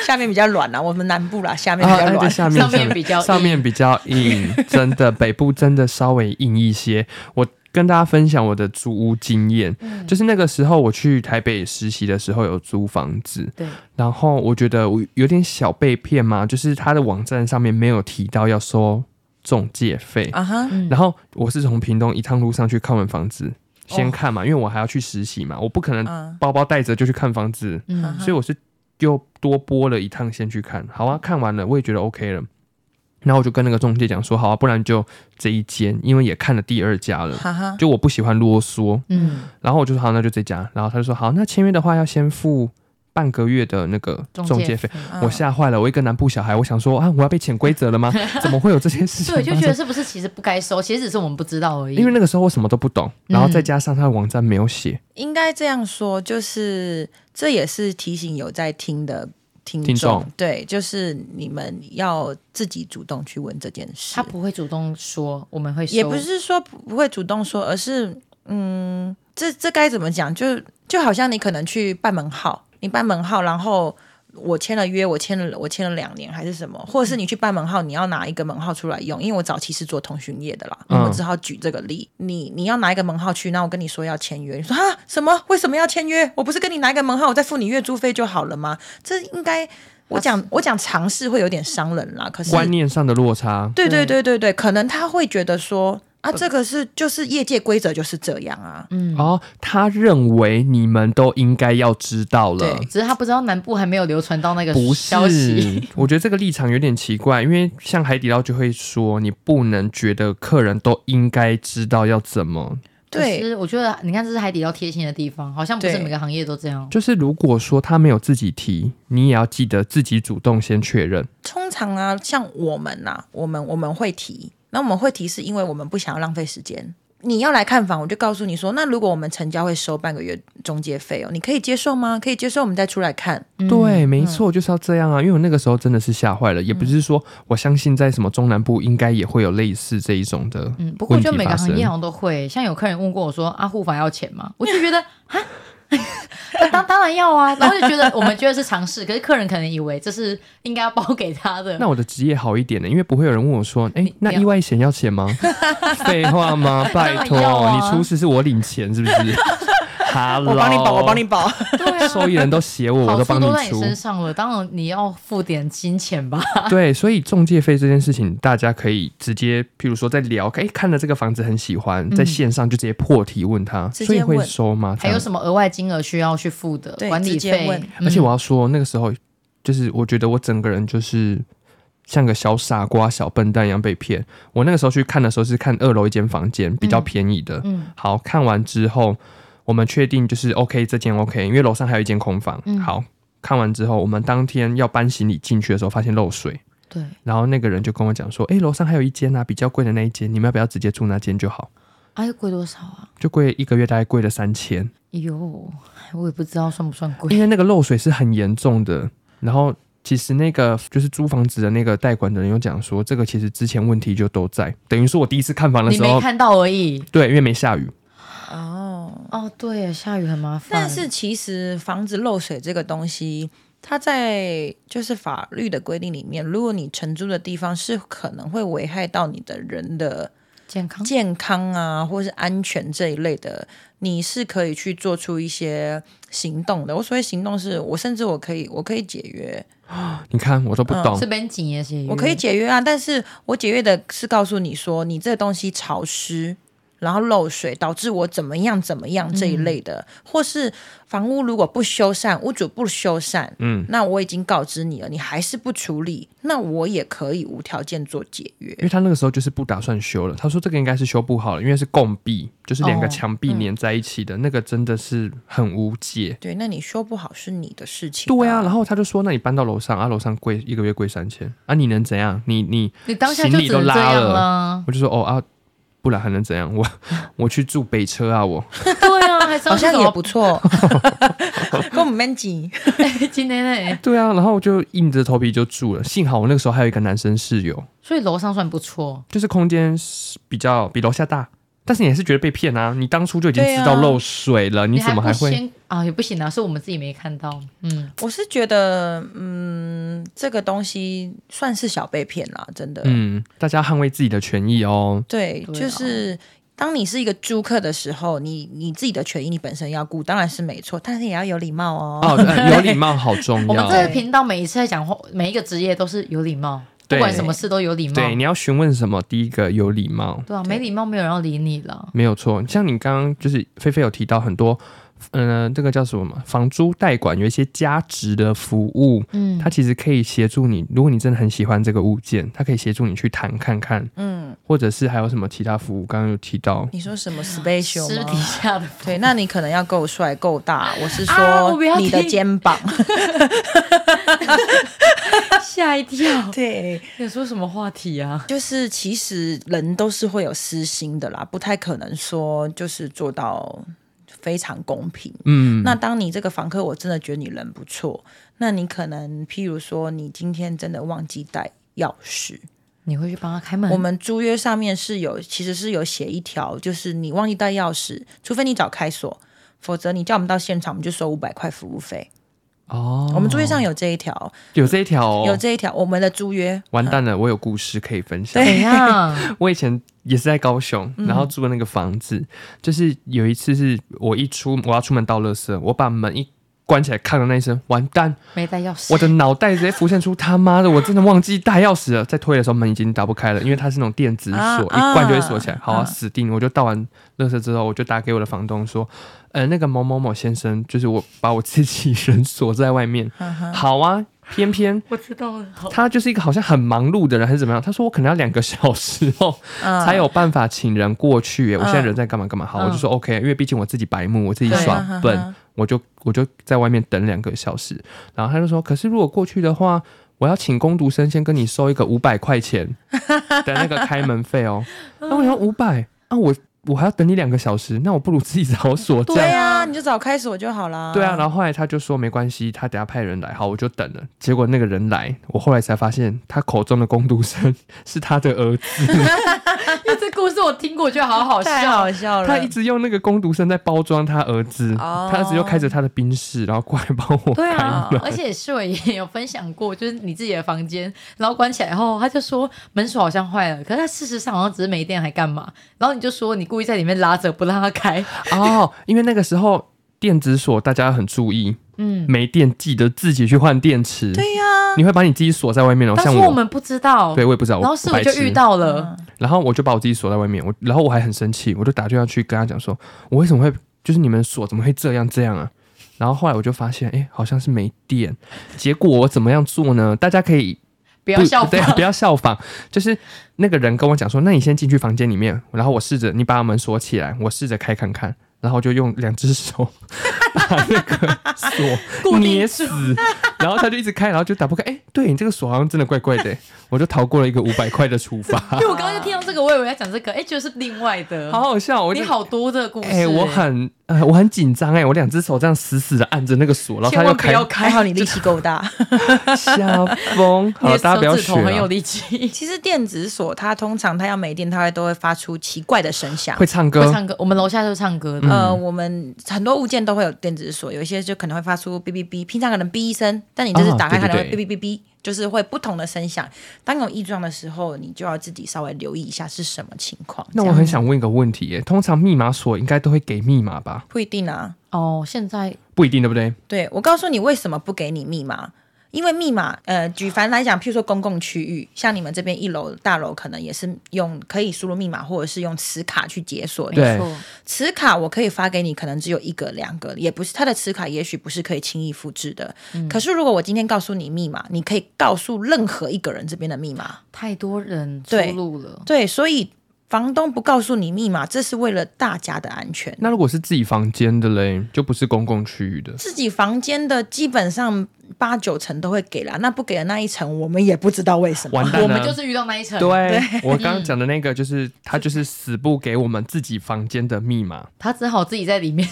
Speaker 1: 下面比较软啦，啊我们南部啦，下面比
Speaker 2: 啊，
Speaker 1: 较
Speaker 2: 哎对
Speaker 1: 软。
Speaker 2: 下面
Speaker 3: 上面比较硬
Speaker 2: 上面比较 硬，真的北部真的稍微硬一些。我跟大家分享我的租屋经验，
Speaker 3: 嗯
Speaker 2: 就是那个时候我去台北实习的时候有租房子，
Speaker 3: 对，
Speaker 2: 然后我觉得我有点小被骗嘛，就是他的网站上面没有提到要收中介费，
Speaker 1: 啊哈，
Speaker 3: 嗯
Speaker 2: 然后我是从屏东一趟路上去看完房子，先
Speaker 1: 哦
Speaker 2: 看嘛，因为我还要去实习嘛，我不可能
Speaker 1: 嗯
Speaker 2: 包包带着就去看房子，
Speaker 1: 啊
Speaker 3: 嗯
Speaker 1: 哈
Speaker 2: 所以我是又多播了一趟先去看，好啊，看完了我也觉得 OK 了，然后我就跟那个中介讲说，好啊，不然就这一间，因为也看了第二家了，
Speaker 1: 哈哈，
Speaker 2: 就我不喜欢啰嗦，
Speaker 3: 嗯，
Speaker 2: 然后我就说好，那就这家，然后他就说好，那签约的话要先付半个月的那个中介费。，
Speaker 1: 啊
Speaker 3: 嗯
Speaker 2: 我吓坏了，我一个南部小孩，我想说啊，我要被潜规 则了吗？怎么会有这些事情？
Speaker 3: 对，就觉得是不是其实不该收，其实只是我们不知道而已，
Speaker 2: 因为那个时候我什么都不懂，
Speaker 3: 嗯
Speaker 2: 然后再加上他的网站没有写，
Speaker 1: 应该这样说，就是这也是提醒有在听的听
Speaker 2: 听众
Speaker 1: 对，就是你们要自己主动去问这件事
Speaker 3: 他。不会主动说，我们会收
Speaker 1: 也不是说不不会主动说，而是嗯，这这该怎么讲？就就好像你可能去办门号，你办门号，然后我签了约，我签了我签了两年还是什么，或者是你去办门号，你要拿一个门号出来用，因为我早期是做通讯业的啦，
Speaker 2: 嗯
Speaker 1: 我只好举这个例。你你要拿一个门号去，那我跟你说要签约，你说啊什么？为什么要签约？我不是跟你拿一个门号，我再付你月租费就好了吗？这应该。我讲我讲尝试会有点伤人啦，可是
Speaker 2: 观念上的落差。
Speaker 1: 对对
Speaker 3: 对
Speaker 1: 对对对，可能他会觉得说啊，这个是就是业界规则就是这样啊。
Speaker 3: 嗯，
Speaker 2: 哦，他认为你们都应该要知道了
Speaker 1: 对，
Speaker 3: 只是他不知道南部还没有流传到那个
Speaker 2: 不
Speaker 3: 消息，
Speaker 2: 是？ 我觉得这个立场有点奇怪，因为像海底捞就会说，你不能觉得客人都应该知道要怎么。
Speaker 3: 可
Speaker 1: 对，
Speaker 3: 是我觉得你看这是海底捞贴心的地方，好像不是
Speaker 1: 对
Speaker 3: 每个行业都这样，
Speaker 2: 就是如果说他没有自己提，你也要记得自己主动先确认。
Speaker 1: 通常啊，像我们呐、我们我们会提，那我们会提是因为我们不想要浪费时间。你要来看房，我就告诉你说，那如果我们成交会收半个月中介费哦，你可以接受吗？可以接受，我们再出来看。
Speaker 3: 嗯
Speaker 2: 对，没错，就是要这样啊！因为我那个时候真的是吓坏了，
Speaker 3: 嗯
Speaker 2: 也不是说我相信在什么中南部应该也会有类似这一种的
Speaker 3: 嗯，不过
Speaker 2: 问
Speaker 3: 我
Speaker 2: 题
Speaker 3: 觉得每个
Speaker 2: 发
Speaker 3: 行业好
Speaker 2: 生。
Speaker 3: 像都会，像有客人问过我说啊，护法要钱吗？我就觉得 啊，当当然要啊，然后就觉得我们觉得是尝试，可是客人可能以为这是应该要包给他的，
Speaker 2: 那我的职业好一点呢，因为不会有人问我说：“哎、那
Speaker 3: 你要
Speaker 2: 意外险要钱吗？”废话吗？拜托，
Speaker 3: 当然要啊
Speaker 2: 你出事是我领钱 是不是？Hello，
Speaker 1: 我帮你保，我帮你保。
Speaker 3: 对啊。
Speaker 2: 受益人都写我，我
Speaker 3: 好
Speaker 2: 都
Speaker 3: 处
Speaker 2: 帮
Speaker 3: 都在你
Speaker 2: 出。
Speaker 3: 身上了，当然你要付点金钱吧。
Speaker 2: 对，所以中介费这件事情，大家可以直接，譬如说在聊，哎、看了这个房子很喜欢，
Speaker 3: 嗯
Speaker 2: 在线上就直接破题问他，
Speaker 1: 直
Speaker 2: 所以
Speaker 1: 接
Speaker 2: 会
Speaker 1: 问
Speaker 2: 收吗？这
Speaker 3: 还
Speaker 2: 样
Speaker 3: 有什么额外金额需要去付的
Speaker 1: 对
Speaker 3: 管理
Speaker 1: 直接
Speaker 3: 费
Speaker 1: 问？
Speaker 3: 嗯
Speaker 2: 嗯而且我要说，那个时候就是我觉得我整个人就是像个小傻瓜、小笨蛋一样被骗。我那个时候去看的时候是看二楼一间房间，比较便宜的。
Speaker 3: 嗯
Speaker 2: 好看完之后，我们确定就是 OK 这间 OK，因为楼上还有一间空房。
Speaker 3: 嗯
Speaker 2: 好看完之后，我们当天要搬行李进去的时候，发现漏水。
Speaker 3: 对，
Speaker 2: 然后那个人就跟我讲说：“哎、楼上还有一间啊，比较贵的那一间，你们要不要直接住那间就好？
Speaker 3: 哎，贵多少啊？
Speaker 2: 就贵一个月，大概贵了三千。”
Speaker 3: 哎呦，我也不知道算不算
Speaker 2: 因
Speaker 3: 贵。
Speaker 2: 为那个漏水是很严重的。然后其实那个就是租房子的那个代管的人有讲说，这个其实之前问题就都在，等于说我第一次看房的
Speaker 3: 你
Speaker 2: 时
Speaker 3: 没
Speaker 2: 候，
Speaker 3: 看到而已。
Speaker 2: 对，因为没下雨，
Speaker 1: 哦，
Speaker 3: 哦，对耶，下雨很麻烦。
Speaker 1: 但是其实防止漏水这个东西，它在就是法律的规定里面，如果你承租的地方是可能会危害到你的人的
Speaker 3: 健康
Speaker 1: 健康啊，或是安全这一类的，你是可以去做出一些行动的。我所谓行动是，我甚至我可以，我可以解约，
Speaker 2: 你看我都不懂。
Speaker 3: 这边紧也嗯是，
Speaker 1: 我可以解约啊。但是我解约的是告诉你说，你这个东西潮湿。然后漏水导致我怎么样怎么样这一类的，或是房屋如果不修缮，屋主不修缮，
Speaker 2: 嗯
Speaker 1: 嗯，那我已经告知你了，你还是不处理，那我也可以无条件做解约
Speaker 2: 因。为他那个时候就是不打算修了，他说这个应该是修不好了，因为是共壁，就是两个
Speaker 3: 哦
Speaker 2: 墙壁粘在一起的、那个，真的是很无解。
Speaker 1: 对，那你修不好是你的事情、
Speaker 2: 对啊，然后他就说，那你搬到楼上啊，楼上贵一个月贵三千啊，你能怎样？你你
Speaker 3: 你当下就只能这
Speaker 2: 行李
Speaker 3: 样
Speaker 2: 都拉
Speaker 3: 了。
Speaker 2: 我就说哦啊，不然还能怎样？我我去住北车啊，我
Speaker 3: 对啊，来上
Speaker 1: 好像
Speaker 3: 厕所
Speaker 1: 也不错， 跟我们 Mandy
Speaker 3: 今天呢，
Speaker 2: 对啊，然后我就硬着头皮就住了。幸好我那个时候还有一个男生室友，
Speaker 3: 所以楼上算不错。
Speaker 2: 就是空间是比较比楼下大，但是你也是觉得被骗啊！你当初就已经
Speaker 1: 对啊
Speaker 2: 知道漏水了，你怎么
Speaker 3: 还
Speaker 2: 还
Speaker 3: 不
Speaker 2: 会？
Speaker 3: 先啊？也不行啊，是我们自己没看到。嗯，
Speaker 1: 我是觉得，嗯，这个东西算是小被骗啦，真的。
Speaker 2: 嗯，大家捍卫自己的权益哦。
Speaker 1: 对，
Speaker 3: 对啊
Speaker 1: 就是当你是一个租客的时候，你你自己的权益你本身要顾，当然是没错，但是也要有礼貌哦。
Speaker 2: 哦，对有礼貌好重
Speaker 3: 我们
Speaker 2: 要
Speaker 3: 这。个频道每一次在讲话，每一个职业都是有礼貌，不
Speaker 2: 对
Speaker 3: 管什么事都有礼貌。
Speaker 2: 对，你要询问什么？第一个有礼貌，
Speaker 3: 对啊，没礼貌没有人要理你了。
Speaker 2: 没有错。像你刚刚就是菲菲有提到很多，嗯、这个叫什么嘛？房租代管有一些加值的服务，
Speaker 3: 嗯
Speaker 2: 它，其实可以协助你。如果你真的很喜欢这个物件，它可以协助你去谈看看，
Speaker 1: 嗯，
Speaker 2: 或者是还有什么其他服务？刚刚有提到，
Speaker 1: 你说什么 special
Speaker 3: 啊私底
Speaker 1: 吗？
Speaker 3: 下的
Speaker 1: 对，那你可能要够帅够大，我是
Speaker 3: 啊我
Speaker 1: 说
Speaker 3: 不要
Speaker 1: 你的
Speaker 3: 听
Speaker 1: 肩膀。
Speaker 3: 吓一跳。
Speaker 1: 对，
Speaker 3: 你说什么话题啊？
Speaker 1: 就是其实人都是会有私心的啦，不太可能说就是做到非常公平。
Speaker 2: 嗯，
Speaker 1: 那当你这个房客，我真的觉得你人不错，那你可能譬如说，你今天真的忘记带钥匙，
Speaker 3: 你会去帮他开门？
Speaker 1: 我们租约上面是有，其实是有写一条，就是你忘记带钥匙，除非你找开锁，否则你叫我们到现场，我们就收五百块服务费。
Speaker 2: 哦，
Speaker 1: 我们租约上有这一条，
Speaker 2: 有这一条、哦，
Speaker 1: 有这嗯一条，我们的租约。
Speaker 2: 完蛋了，我有故事可以分享。
Speaker 3: 怎样？
Speaker 2: 我以前也是在高雄，
Speaker 1: 嗯
Speaker 2: 然后住的那个房子，就是有一次是我一出我要出门倒垃圾，我把门一关起来，看到那一声，完蛋，
Speaker 3: 没带钥匙。
Speaker 2: 我的脑袋直接浮现出他妈的，我真的忘记带钥匙了。在推的时候门已经打不开了，因为它是那种电子锁，
Speaker 1: 啊
Speaker 2: 一关就会锁起来。好、啊，
Speaker 1: 啊
Speaker 2: 死定！我就倒完垃圾之后，我就打给我的房东说，呃，那个某某某先生，就是我把我自己人锁在外面。
Speaker 1: 嗯
Speaker 2: 好啊，偏偏
Speaker 3: 我知道 了。好
Speaker 2: 他就是一个好像很忙碌的人，还是怎么样？他说我可能要两个小时后
Speaker 1: 嗯
Speaker 2: 才有办法请人过去、耶我现在
Speaker 1: 嗯
Speaker 2: 人在干嘛干嘛？好，
Speaker 3: 嗯
Speaker 2: 我就说 OK，因为毕竟我自己白目，我自己耍
Speaker 1: 对嗯
Speaker 2: 笨
Speaker 1: 嗯，
Speaker 2: 我就我就在外面等两个小时。然后他就说，可是如果过去的话，我要请工读生先跟你收一个五百块 钱的那个开门费哦。那我想五百啊，我我还要等你两个小时，那我不如自己找 锁这
Speaker 1: 对
Speaker 2: 样。
Speaker 1: 啊，你就找开锁就好啦。
Speaker 2: 对啊，然后后来他就说没关系，他等下派人来，好，我就等了。结果那个人来，我后来才发现，他口中的工读生 是他的儿子，
Speaker 3: 因为这故事我听过，我觉得好好
Speaker 1: 太
Speaker 3: 笑哦
Speaker 1: 好。笑了。
Speaker 2: 他一直用那个工读生在包装他儿子，
Speaker 1: 哦
Speaker 2: 他儿子又开着他的宾士，然后过来帮我
Speaker 3: 对
Speaker 2: 开门。
Speaker 3: 啊，而且世伟也有分享过，就是你自己的房间，然后关起来后，他就说门锁好像坏了，可是他事实上好像只是没电，还干嘛？然后你就说你故意在里面拉着不让他开，
Speaker 2: 哦，因为那个时候电子锁大家很注意，
Speaker 3: 嗯，
Speaker 2: 没电记得自己去换电池。
Speaker 1: 对呀、
Speaker 2: 你会把你自己锁在外面哦，
Speaker 3: 当
Speaker 2: 像
Speaker 3: 初我们不知道，
Speaker 2: 对我也不知道，
Speaker 3: 然后
Speaker 2: 我
Speaker 3: 世
Speaker 2: 我白
Speaker 3: 伟就
Speaker 2: 痴
Speaker 3: 遇到了，
Speaker 2: 然后我就把我自己锁在外面，我然后我还很生气，我就打电话去跟他讲说，我为什么会就是你们锁怎么会这样这样啊？然后后来我就发现，哎，好像是没电。结果我怎么样做呢？大家可以
Speaker 3: 不
Speaker 2: 不
Speaker 3: 要笑
Speaker 2: 对，
Speaker 3: 我。
Speaker 2: 不要效仿。就是那个人跟我讲说，那你先进去房间里面，然后我试着你把门锁起来，我试着开看看，然后就用两只手把那个锁
Speaker 3: 固定
Speaker 2: 捏死，然后他就一直开，然后就打不开。哎，对你这个锁好像真的怪怪的，我就逃过了一个五百块的处罚。
Speaker 3: 因为啊我刚刚就听到这个，我以为要讲这个，哎，就是另外的。
Speaker 2: 好好笑，我
Speaker 3: 你
Speaker 2: 就
Speaker 3: 好多这个故事，
Speaker 2: 哎、我很呃，我很紧张哎，我两只手这样死死的按着那个锁，然后它
Speaker 3: 千
Speaker 2: 又
Speaker 3: 万不
Speaker 2: 开
Speaker 3: 要
Speaker 1: 还
Speaker 3: 开，
Speaker 1: 好你力气够大。
Speaker 2: 下风。
Speaker 3: 你
Speaker 2: 好
Speaker 3: 的
Speaker 2: 了，大家不要
Speaker 3: 手指
Speaker 2: 学啊
Speaker 3: 头很有
Speaker 2: 了，
Speaker 3: 力气。
Speaker 1: 其实电子锁它通常它要没电，它会都会发出奇怪的声响
Speaker 2: 会。唱
Speaker 3: 会
Speaker 2: 歌，
Speaker 3: 唱歌，我们楼下就唱歌
Speaker 2: 嗯
Speaker 3: 的，
Speaker 1: 呃，我们很多物件都会有电子锁，有一些就可能会发出哔哔哔，平常可能哔一声，但你这次
Speaker 2: 啊
Speaker 1: 打开
Speaker 2: 对
Speaker 1: 可能
Speaker 2: 对
Speaker 1: 会哔哔哔哔，就是会不同的声响。当有异状的时候，你就要自己稍微留意一下是什么情况。
Speaker 2: 那
Speaker 1: 这
Speaker 2: 我
Speaker 1: 样
Speaker 2: 很想问一个问题耶，通常密码锁应该都会给密码吧？
Speaker 1: 不一定啊。
Speaker 3: 哦，现在
Speaker 2: 不一定，对不对？
Speaker 1: 对我告诉你为什么不给你密码，因为密码，呃，举凡来讲，譬如说公共区域，像你们这边一楼大楼可能也是用可以输入密码或者是用磁卡去解锁的。
Speaker 2: 对
Speaker 3: 没错
Speaker 1: 磁卡我可以发给你，可能只有一个、两个，也不是它的磁卡，也许不是可以轻易复制的。可是如果我今天告诉你密码，你可以告诉任何一个人这边的密码。
Speaker 3: 太多人出
Speaker 1: 对
Speaker 3: 入了，
Speaker 1: 对，所以房东不告诉你密码，这是为了大家的安全。
Speaker 2: 那如果是自己房间的嘞，就不是公共区域的
Speaker 1: 自己房间的基本上八九成都会给啦，那不给的那一成，我们也不知道为什么。
Speaker 2: 完蛋了，
Speaker 3: 我们就是遇到那一层，
Speaker 2: 对我刚刚讲的那个，就是他就是死不给我们自己房间的密码，
Speaker 3: 他只好自己在里面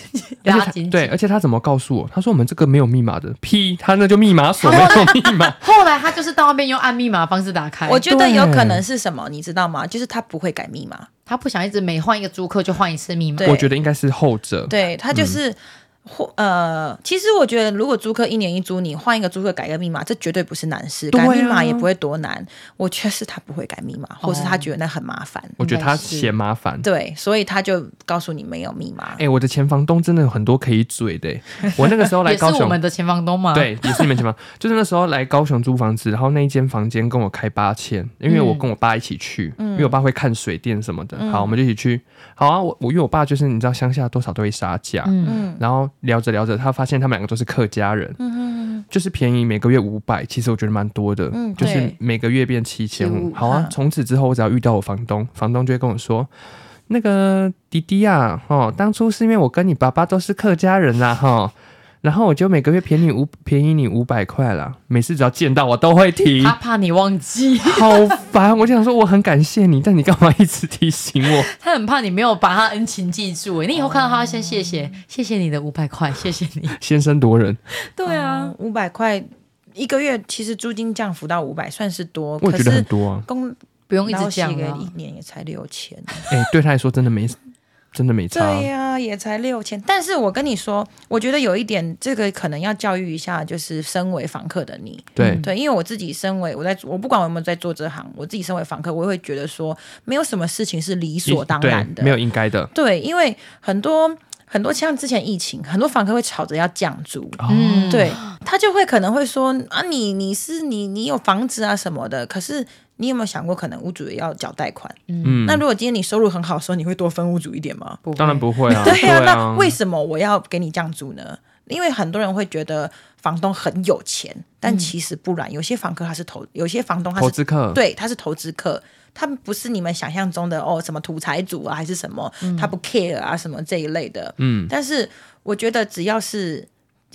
Speaker 2: 而
Speaker 3: 拉
Speaker 2: 且
Speaker 3: 紧紧。，
Speaker 2: 对，而且他怎么告诉我？他说我们这个没有密码的，屁，他那就密码锁没有密码
Speaker 3: 后来他就是到那边用按密码的方式打开，
Speaker 1: 我觉得有可能是什么，你知道吗？就是他不会改密码，
Speaker 3: 他不想一直每换一个租客就换一次密码
Speaker 1: 对。
Speaker 2: 我觉得应该是后者。
Speaker 1: 对他
Speaker 2: 嗯
Speaker 1: 就是。或呃，其实我觉得，如果租客一年一租，你换一个租客改个密码，这绝对不是难事，
Speaker 2: 对啊
Speaker 1: 改密码也不会多难。我确实他不会改密码，或是他觉得那很麻烦，
Speaker 2: 我觉得他
Speaker 3: 应该是
Speaker 2: 嫌麻烦。
Speaker 1: 对，所以他就告诉你没有密码。
Speaker 2: 哎、我的前房东真的有很多可以嘴的、欸我那个时候来
Speaker 3: 也是
Speaker 2: 高
Speaker 3: 我
Speaker 2: 雄，
Speaker 3: 们的前房东嘛，，
Speaker 2: 对，也是你们前房，就是那时候来高雄租房子，然后那一间房间跟我开八千，因为
Speaker 3: 嗯
Speaker 2: 我跟我爸一起去，因为我爸会看水电什么的。好，我们就一起去。好啊，我我因为我爸就是你知道乡下多少都会杀价，
Speaker 1: 嗯
Speaker 2: 然后聊着聊着，他发现他们两个都是客家人，就是便宜每个月五百，其实我觉得蛮多的，
Speaker 1: 嗯
Speaker 2: 就是
Speaker 1: 对
Speaker 2: 每个月变七千五。
Speaker 3: 75
Speaker 2: 好啊
Speaker 1: 嗯，
Speaker 2: 从此之后我只要遇到我房东，房东就会跟我说。那个弟弟啊，哦，当初是因为我跟你爸爸都是客家人啦、哈、然后我就每个月便宜五便宜你五百块啦，每次只要见到我都会提
Speaker 3: 他，怕你忘记，
Speaker 2: 好烦！我就想说我很感谢你，但你干嘛一直提醒我？
Speaker 3: 他很怕你没有把他恩情记住，哎你以后看到他要先谢
Speaker 1: 哦
Speaker 3: 谢，谢谢你的五百块，谢谢 你。
Speaker 2: 先声夺人，
Speaker 3: 对啊，
Speaker 1: 五百块一个月，其实租金降幅到五百算是多，
Speaker 2: 我
Speaker 1: 可
Speaker 2: 觉得很
Speaker 1: 是
Speaker 2: 多啊。
Speaker 1: 公
Speaker 3: 不用一
Speaker 1: 老
Speaker 3: 直
Speaker 1: 洗
Speaker 3: 讲
Speaker 1: 个
Speaker 3: 啊
Speaker 1: 一年也才六千。
Speaker 2: 哎、对他来说真的没真的没差。
Speaker 1: 对呀、也才六千。但是我跟你说，我觉得有一点，这个可能要教育一下，就是身为房客的你，
Speaker 2: 对
Speaker 1: 对，因为我自己身为我在，我不管我有没有在做这行，我自己身为房客，我也会觉得说，没有什么事情是理所当然的，
Speaker 2: 对没有应该的。
Speaker 1: 对，因为很多很多像之前疫情，很多房客会吵着要降租，
Speaker 2: 嗯，
Speaker 1: 对他就会可能会说啊，你你是你你有房子啊什么的，可是你有没有想过，可能屋主也要缴贷款？
Speaker 2: 嗯，
Speaker 1: 那如果今天你收入很好的时候，你会多分屋主一点吗？
Speaker 3: 不会
Speaker 2: 当然不会 啊。
Speaker 1: 对
Speaker 2: 啊，
Speaker 1: 那为什么我要给你降租呢？因为很多人会觉得房东很有钱，但其实不然。有些房客他是投，有些房东他
Speaker 2: 嗯投
Speaker 1: 是
Speaker 2: 资客？
Speaker 1: 对他是投资客，他们不是你们想象中的哦，什么土财主啊，还是什么，他不 care 啊，什么这一类的。
Speaker 2: 嗯，
Speaker 1: 但是我觉得只要是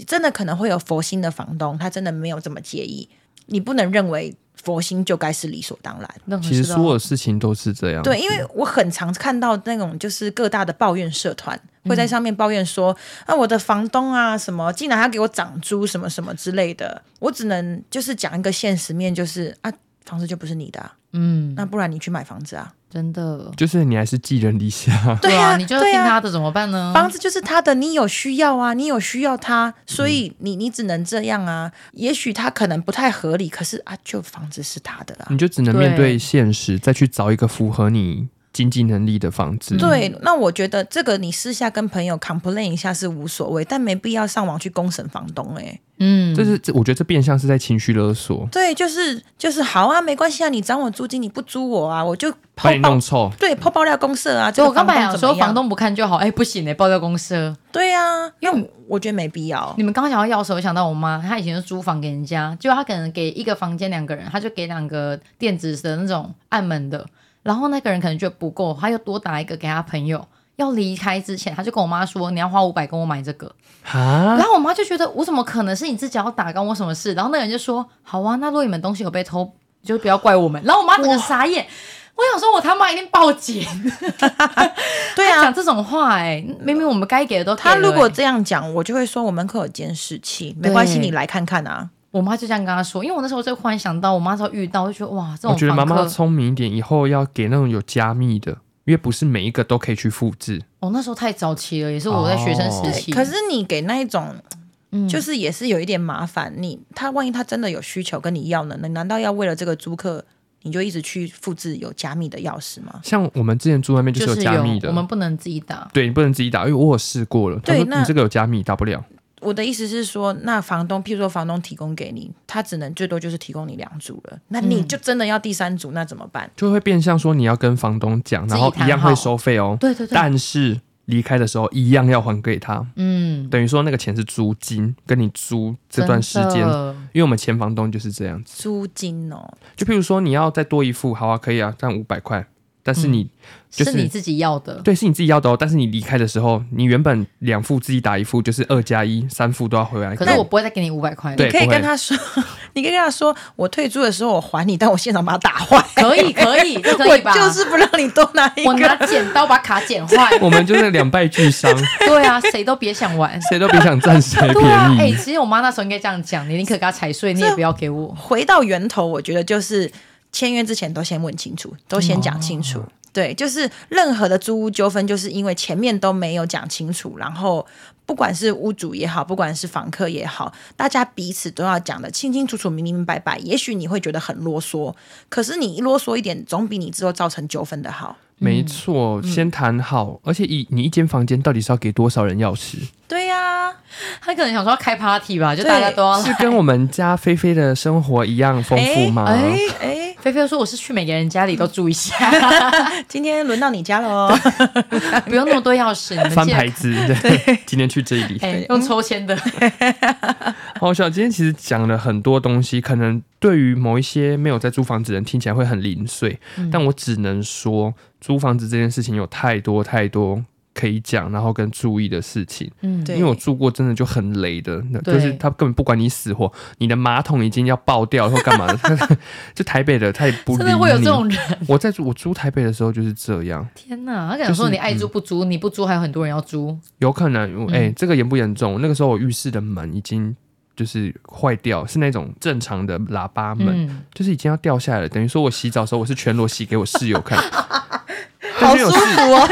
Speaker 1: 真的可能会有佛心的房东，他真的没有这么介意。你不能认为佛心就该是理所当然。
Speaker 3: 任何
Speaker 2: 其实
Speaker 3: 事
Speaker 2: 所
Speaker 3: 都
Speaker 2: 有事情都是这样。
Speaker 1: 对，因为我很常看到那种就是各大的抱怨社团会在上面抱怨说，啊，我的房东啊什么，竟然还给我涨租什么什么之类的。我只能就是讲一个现实面，就是啊，房子就不是你的啊、
Speaker 3: 嗯，
Speaker 1: 那不然你去买房子啊。
Speaker 3: 真的。
Speaker 2: 就是你还是寄人 篱下。
Speaker 1: 对
Speaker 3: 啊，
Speaker 1: 啊，
Speaker 3: 你就
Speaker 1: 对
Speaker 3: 听
Speaker 1: 啊
Speaker 3: 他的怎么办呢？
Speaker 1: 房子就是他的，你有需要啊，你有需要他，所以你你只能这样啊。也许他可能不太合理，可是啊，就房子是他的啦。
Speaker 2: 你就只能面对
Speaker 3: 对
Speaker 2: 现实，再去找一个符合你经济能力的房子。
Speaker 1: 对，那我觉得这个你私下跟朋友 complain 一下是无所谓，但没必要上网去公审房东哎、
Speaker 3: 嗯，
Speaker 2: 这是这，我觉得这变相是在情绪勒索，
Speaker 1: 对，就是就是好啊，没关系啊，你涨我租金，你不租我啊，我就
Speaker 2: 把
Speaker 1: 抛
Speaker 2: 你弄
Speaker 1: 爆
Speaker 2: 臭。
Speaker 1: 对抛爆料公社啊。这
Speaker 3: 所以
Speaker 1: 个
Speaker 3: 我刚本来想说
Speaker 1: 怎么样
Speaker 3: 房东不看就好，哎、不行哎、爆料公社。
Speaker 1: 对啊，因为我觉得没必要
Speaker 3: 你。们刚刚讲到钥匙，我想到我妈，她以前是租房给人家，就她可能给一个房间两个人，她就给两个电子的那种按门的，然后那个人可能觉得不够，她又多打一个给她朋友。要离开之前，她就跟我妈说：“你要花五百跟我买这个。
Speaker 2: 啊
Speaker 3: 然，后我妈就觉得：“我怎么可能是你自己要打，关我什么事？”然后那个人就说：“好啊，那如果你们东西有被偷，就不要怪我们。”然后我妈整个傻眼，我想说：“我他妈一定报警！”
Speaker 1: 对
Speaker 3: 她
Speaker 1: 啊
Speaker 3: 讲，这种话、哎，明明我们该给的都给了、
Speaker 1: 他如果
Speaker 3: 哎
Speaker 1: 这样讲，我就会说我门口有监视器，没关系，
Speaker 3: 对
Speaker 1: 你来看看啊。
Speaker 3: 我妈就这样跟他说，因为我那时候就忽然想到，我妈那时候遇到，我就觉得哇，这
Speaker 2: 我
Speaker 3: 种
Speaker 2: 觉得
Speaker 3: 房
Speaker 2: 妈
Speaker 3: 客，
Speaker 2: 妈要聪明一点，以后要给那种有加密的，因为不是每一个都可以去复制。
Speaker 3: 我、那时候太早期了，也是我在学生时期。
Speaker 1: 可是你给那一种，
Speaker 3: 嗯
Speaker 1: 就是也是有一点麻烦。你他万一他真的有需求跟你要呢？你难道要为了这个租客，你就一直去复制有加密的钥匙吗？
Speaker 2: 像我们之前住外面就是
Speaker 3: 就
Speaker 2: 有
Speaker 3: 是
Speaker 2: 加密
Speaker 3: 有，
Speaker 2: 的
Speaker 3: 我，们不能自己打。
Speaker 2: 对你不能自己打，因为我有试过了。他
Speaker 1: 对
Speaker 2: 说
Speaker 1: 那
Speaker 2: 你这个有加密，打不了。
Speaker 1: 我的意思是说，那房东，譬如说房东提供给你，他只能最多就是提供你两组了，那你
Speaker 3: 嗯
Speaker 1: 就真的要第三组，那怎么办？
Speaker 2: 就会变相说你要跟房东讲，
Speaker 3: 自
Speaker 2: 然
Speaker 3: 己
Speaker 2: 后
Speaker 3: 谈
Speaker 2: 一样会
Speaker 3: 好
Speaker 2: 收费哦，
Speaker 3: 对对对，
Speaker 2: 但是离开的时候一样要还给他，
Speaker 3: 嗯，
Speaker 2: 等于说那个钱是租金，跟你租这段时间
Speaker 3: 真。的
Speaker 2: 因为我们前房东就是这样子，
Speaker 1: 租金哦，
Speaker 2: 就譬如说你要再多一付，好啊，可以啊，但五百块，但是
Speaker 3: 嗯
Speaker 2: 你、就是
Speaker 3: 是你自己要的，
Speaker 2: 对是你自己要的哦，但是你离开的时候，你原本两副自己打一副，就是二加一，三副都要回来。
Speaker 3: 可是我不会再给你五百块了。
Speaker 2: 对
Speaker 1: 可以
Speaker 2: 不会
Speaker 1: 跟他说， 你可以跟他说，我退租的时候我还你，但我现场把它打坏，
Speaker 3: 可以可 以，这可以吧？
Speaker 1: 我就是不让你多拿一
Speaker 3: 我
Speaker 1: 个。
Speaker 3: 拿剪刀把卡剪 坏。
Speaker 2: 我们就是两败 俱伤，
Speaker 3: 对啊，谁都别想玩。
Speaker 2: 谁都别想占谁
Speaker 3: 对啊，
Speaker 2: 便
Speaker 3: 哎、
Speaker 2: 宜。
Speaker 3: 其实我妈那时候应该这样讲，你宁可给她踩碎，你也不要给我。
Speaker 1: 回到源头，我觉得就是签约之前都先问清楚，都先讲清楚。对，就是任何的租屋纠纷，就是因为前面都没有讲清楚，然后不管是屋主也好，不管是房客也好，大家彼此都要讲的清清楚楚、明明白白。也许你会觉得很啰嗦，可是你一啰嗦一点，总比你之后造成纠纷的好。
Speaker 3: 嗯
Speaker 2: 没错，先谈好，而且一你一间房间到底是要给多少人钥匙？
Speaker 1: 对呀、
Speaker 3: 她可能想说要开 party 吧，就大家都要
Speaker 2: 是
Speaker 3: 来。
Speaker 2: 跟我们家菲菲的生活一样丰富吗？
Speaker 3: 哎
Speaker 1: 哎哎，
Speaker 3: 菲菲说我是去每个人家里都住一 下，
Speaker 1: 今天轮到你家了哦。
Speaker 3: 不用那么多钥匙，你们
Speaker 2: 翻
Speaker 3: 记得
Speaker 2: 牌子，对，今天去这里。
Speaker 3: 哎、
Speaker 1: 嗯
Speaker 3: 用抽签的，
Speaker 2: 好笑，今天其实讲了很多东西，可能对于某一些没有在租房子的人听起来会很零碎，
Speaker 3: 嗯
Speaker 2: 但我只能说，租房子这件事情有太多太多可以讲，然后跟注意的事情。
Speaker 3: 嗯，
Speaker 1: 对
Speaker 2: 因为我住过真的就很雷的，那
Speaker 3: 对
Speaker 2: 就是他根本不管你死活，你的马桶已经要爆掉或干嘛的， 就台北的他也不理
Speaker 3: 真
Speaker 2: 你
Speaker 3: 的。会有这种人。
Speaker 2: 我在我租台北的时候就是这样，
Speaker 3: 天哪，他可能说你爱
Speaker 2: 嗯
Speaker 3: 租不租，你不租还有很多人要租，
Speaker 2: 有可能我哎、这个严不严重？那个时候我浴室的门已经就是坏掉，是那种正常的喇叭门。
Speaker 3: 嗯，
Speaker 2: 就是已经要掉下来了。等于说我洗澡的时候，我是全裸洗给我室友看，但
Speaker 1: 好
Speaker 2: 是因为
Speaker 1: 舒
Speaker 2: 我室
Speaker 1: 服哦，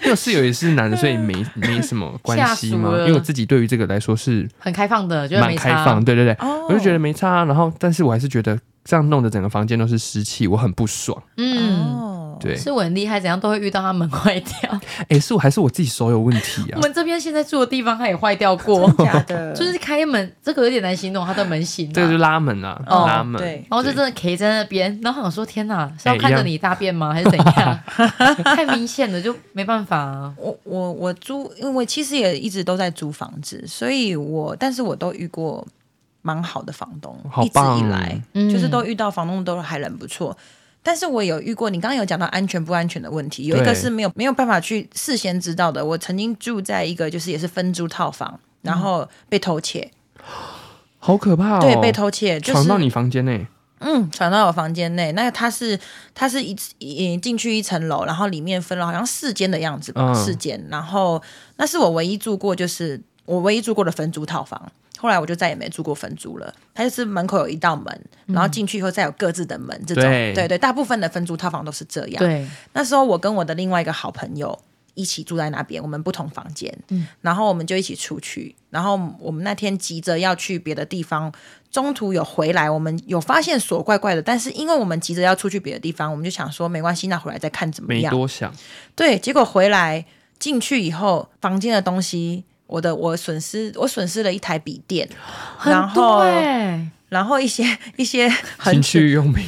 Speaker 2: 因为我室友也是男的，所以没没什么关系
Speaker 3: 吓
Speaker 2: 嘛
Speaker 3: 死。了
Speaker 2: 因为我自己对于这个来说是
Speaker 3: 很开放的，就是
Speaker 2: 蛮
Speaker 3: 没
Speaker 2: 开
Speaker 3: 差。
Speaker 2: 放，对对对，
Speaker 1: 哦
Speaker 2: 我就觉得没差。然后，但是我还是觉得这样弄得整个房间都是湿气，我很不爽。
Speaker 3: 嗯，
Speaker 1: 哦，，
Speaker 2: 对，
Speaker 3: 是我很厉害，怎样都会遇到他门坏掉。
Speaker 2: 哎，是我还是我自己手有问题
Speaker 3: 我
Speaker 2: 啊？
Speaker 3: 们这边现在住的地方，它也坏掉过
Speaker 1: 假的，
Speaker 3: 就是开门，这个有点难形容它的门型、啊。
Speaker 2: 这个就是拉门啊，
Speaker 3: 哦
Speaker 2: 拉门。
Speaker 1: 对
Speaker 3: 然后就真
Speaker 2: 对
Speaker 3: 的 K 在那边，然后想说天哪，是要
Speaker 2: 哎
Speaker 3: 看
Speaker 2: 一
Speaker 3: 着
Speaker 2: 样
Speaker 3: 你大便吗，还是怎 样？太明显了，就没办法、啊。
Speaker 1: 我我我租，因为其实也一直都在租房子，所以我但是我都遇过蛮好的房东，
Speaker 2: 好
Speaker 1: 一直
Speaker 2: 棒哦
Speaker 1: 以来、
Speaker 3: 嗯
Speaker 1: 就是都遇到房东都还人不错。但是我有遇过，你刚刚有讲到安全不安全的问题，有一个
Speaker 2: 对
Speaker 1: 是没有没有办法去事先知道的。我曾经住在一个就是也是分租套房，然后被偷窃，
Speaker 2: 好可怕哦！
Speaker 1: 对，被偷窃，就是
Speaker 2: 闯到你房间内，
Speaker 1: 嗯，传到我房间内。那它是它是一一进去一层楼，然后里面分了好像四间的样子吧，
Speaker 2: 嗯
Speaker 1: 四间。然后那是我唯一住过，就是我唯一住过的分租套房。后来我就再也没住过分租了。它就是门口有一道门，然后进去以后再有各自的门，这种
Speaker 2: 对
Speaker 1: 对对，大部分的分租套房都是这样。
Speaker 3: 对，
Speaker 1: 那时候我跟我的另外一个好朋友一起住在那边，我们不同房间，
Speaker 3: 嗯
Speaker 1: 然后我们就一起出去，然后我们那天急着要去别的地方，中途有回来，我们有发现锁怪怪的，但是因为我们急着要出去别的地方，我们就想说没关系，那回来再看怎么
Speaker 2: 没
Speaker 1: 样。
Speaker 2: 多 想，
Speaker 1: 对，结果回来进去以后，房间的东西，我的我损失我损失了一台笔电，然
Speaker 3: 很多
Speaker 1: 后
Speaker 3: 哎、
Speaker 1: 然后一些 一些很
Speaker 2: 情趣用 品。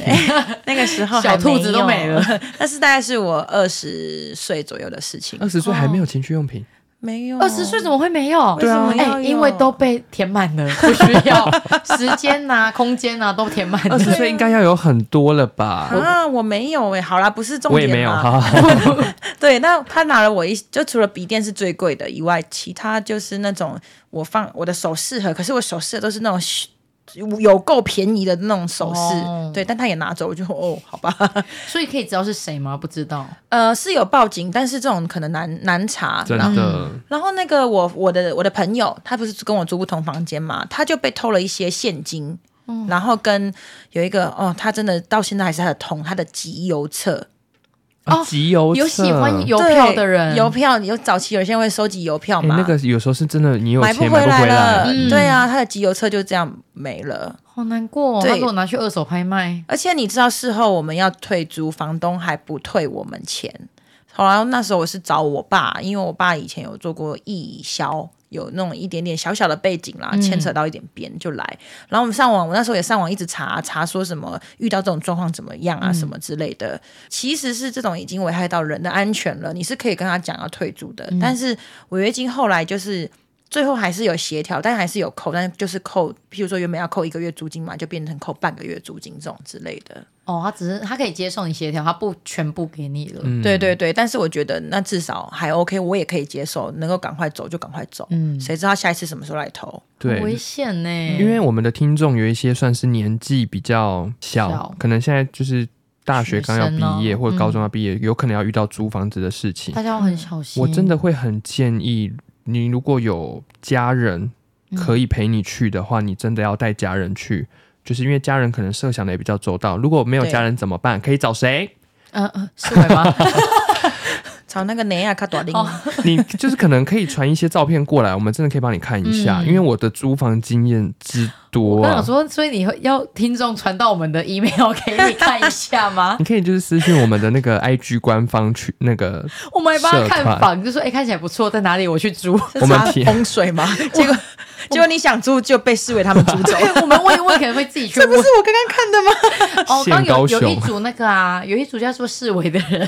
Speaker 1: 那个时候
Speaker 3: 小
Speaker 1: 还没
Speaker 3: 兔子都
Speaker 1: 有
Speaker 3: 没了，
Speaker 1: 但是大概是我二十岁左右的事情
Speaker 2: 二。十岁还没有情趣用品，
Speaker 1: 没有
Speaker 3: 二十岁怎么会没有？
Speaker 1: 对啊为什么要
Speaker 3: 哎
Speaker 1: 有
Speaker 3: 因为都被填满了，不需要时间呐、空间呐、都填满了
Speaker 2: 二。十岁应该要有很多了吧？
Speaker 1: 啊？我没有哎、好啦，不是重
Speaker 2: 我也
Speaker 1: 点
Speaker 2: 没有
Speaker 1: 啦
Speaker 2: 哈。
Speaker 1: 对，那他拿了我一，就除了笔电是最贵的以外，其他就是那种我放我的首饰盒，可是我首饰盒都是那种虚。有够便宜的那种首饰，
Speaker 3: 哦
Speaker 1: 对，但他也拿走，我就哦，好吧，
Speaker 3: 所以可以知道是谁吗？不知道。
Speaker 1: 呃，是有报警，但是这种可能难难查。
Speaker 2: 真
Speaker 1: 然后，
Speaker 2: 的，
Speaker 1: 然后那个我我的我的朋友，他不是跟我住不同房间嘛，他就被偷了一些现金，
Speaker 2: 嗯
Speaker 1: 然后跟有一个哦，他真的到现在还是他的痛，他的集邮册，
Speaker 2: 啊
Speaker 3: 哦
Speaker 2: 集邮册
Speaker 3: 有喜欢邮
Speaker 1: 对
Speaker 3: 票的人，
Speaker 1: 邮票有早期有些人会收集邮票
Speaker 2: 哎
Speaker 1: 嘛，
Speaker 2: 那个有时候是真的，你有
Speaker 1: 买
Speaker 2: 钱
Speaker 1: 不
Speaker 2: 买不
Speaker 1: 回来
Speaker 2: 来
Speaker 1: 了，
Speaker 3: 嗯
Speaker 1: 对啊，他的集邮册就这样没了。
Speaker 3: 好难过、哦。
Speaker 1: 对
Speaker 3: 他给我拿去二手拍卖，
Speaker 1: 而且你知道，事后我们要退租，房东还不退我们钱。后来那时候我是找我爸，因为我爸以前有做过义销，有那种一点点小小的背景啦，牵扯到一点边就来。然后我们上网，我那时候也上网一直查查，说什么遇到这种状况怎么样啊，什么之类的。其实是这种已经危害到人的安全了，你是可以跟他讲要退租的，但是违约金后来就是。最后还是有协调，但还是有扣，但就是扣，譬如说原本要扣一个月租金嘛，就变成扣半个月租金这种之类的。
Speaker 3: 哦，他只是他可以接受你协调，他不全部给你了。
Speaker 2: 嗯
Speaker 1: 对对对，但是我觉得那至少还 OK，我也可以接受，能够赶快走就赶快走。
Speaker 3: 嗯，
Speaker 1: 谁知道下一次什么时候来投？
Speaker 2: 对
Speaker 3: 很危险呢、
Speaker 2: 因为我们的听众有一些算是年纪比较小，
Speaker 3: 小
Speaker 2: 可能现在就是大学刚要
Speaker 3: 学生哦
Speaker 2: 毕业、或者
Speaker 3: 嗯
Speaker 2: 高中要毕业，有可能要遇到租房子的事情。
Speaker 3: 大家要很小心。
Speaker 2: 我真的会很建议你，如果有家人
Speaker 3: 嗯
Speaker 2: 可以陪你去的话，你真的要带家人去，就是因为家人可能设想的也比较周到。如果没有
Speaker 1: 对
Speaker 2: 家人怎么办？可以找谁？
Speaker 3: 嗯，嗯，是会吗？
Speaker 1: 找那个内亚卡多林，
Speaker 3: 哦
Speaker 2: 你就是可能可以传一些照片过来，我们真的可以帮你看一下，
Speaker 3: 嗯
Speaker 2: 因为我的租房经验之
Speaker 3: 我
Speaker 2: 多
Speaker 3: 刚想
Speaker 2: 啊。
Speaker 3: 说，所以你会要听众传到我们的 email 给你看一下吗？
Speaker 2: 你可以就是私信我们的那个 IG 官方去那个
Speaker 3: 我们还帮他
Speaker 2: 社
Speaker 3: 看
Speaker 2: 团
Speaker 3: 房，就说哎、看起来不错，在哪里我去 租。
Speaker 1: 是
Speaker 2: 我们
Speaker 1: 查
Speaker 2: 提
Speaker 1: 风 水吗？结果结果你想住就被视为他们租走，
Speaker 3: 对，我们问一问，可能会自己去
Speaker 1: 这
Speaker 3: 问
Speaker 1: 不。是我刚刚看的吗？
Speaker 3: 哦，刚
Speaker 2: 限
Speaker 3: 有
Speaker 2: 高
Speaker 3: 有一
Speaker 2: 雄
Speaker 3: 组那个啊，有一组叫做市委的 人，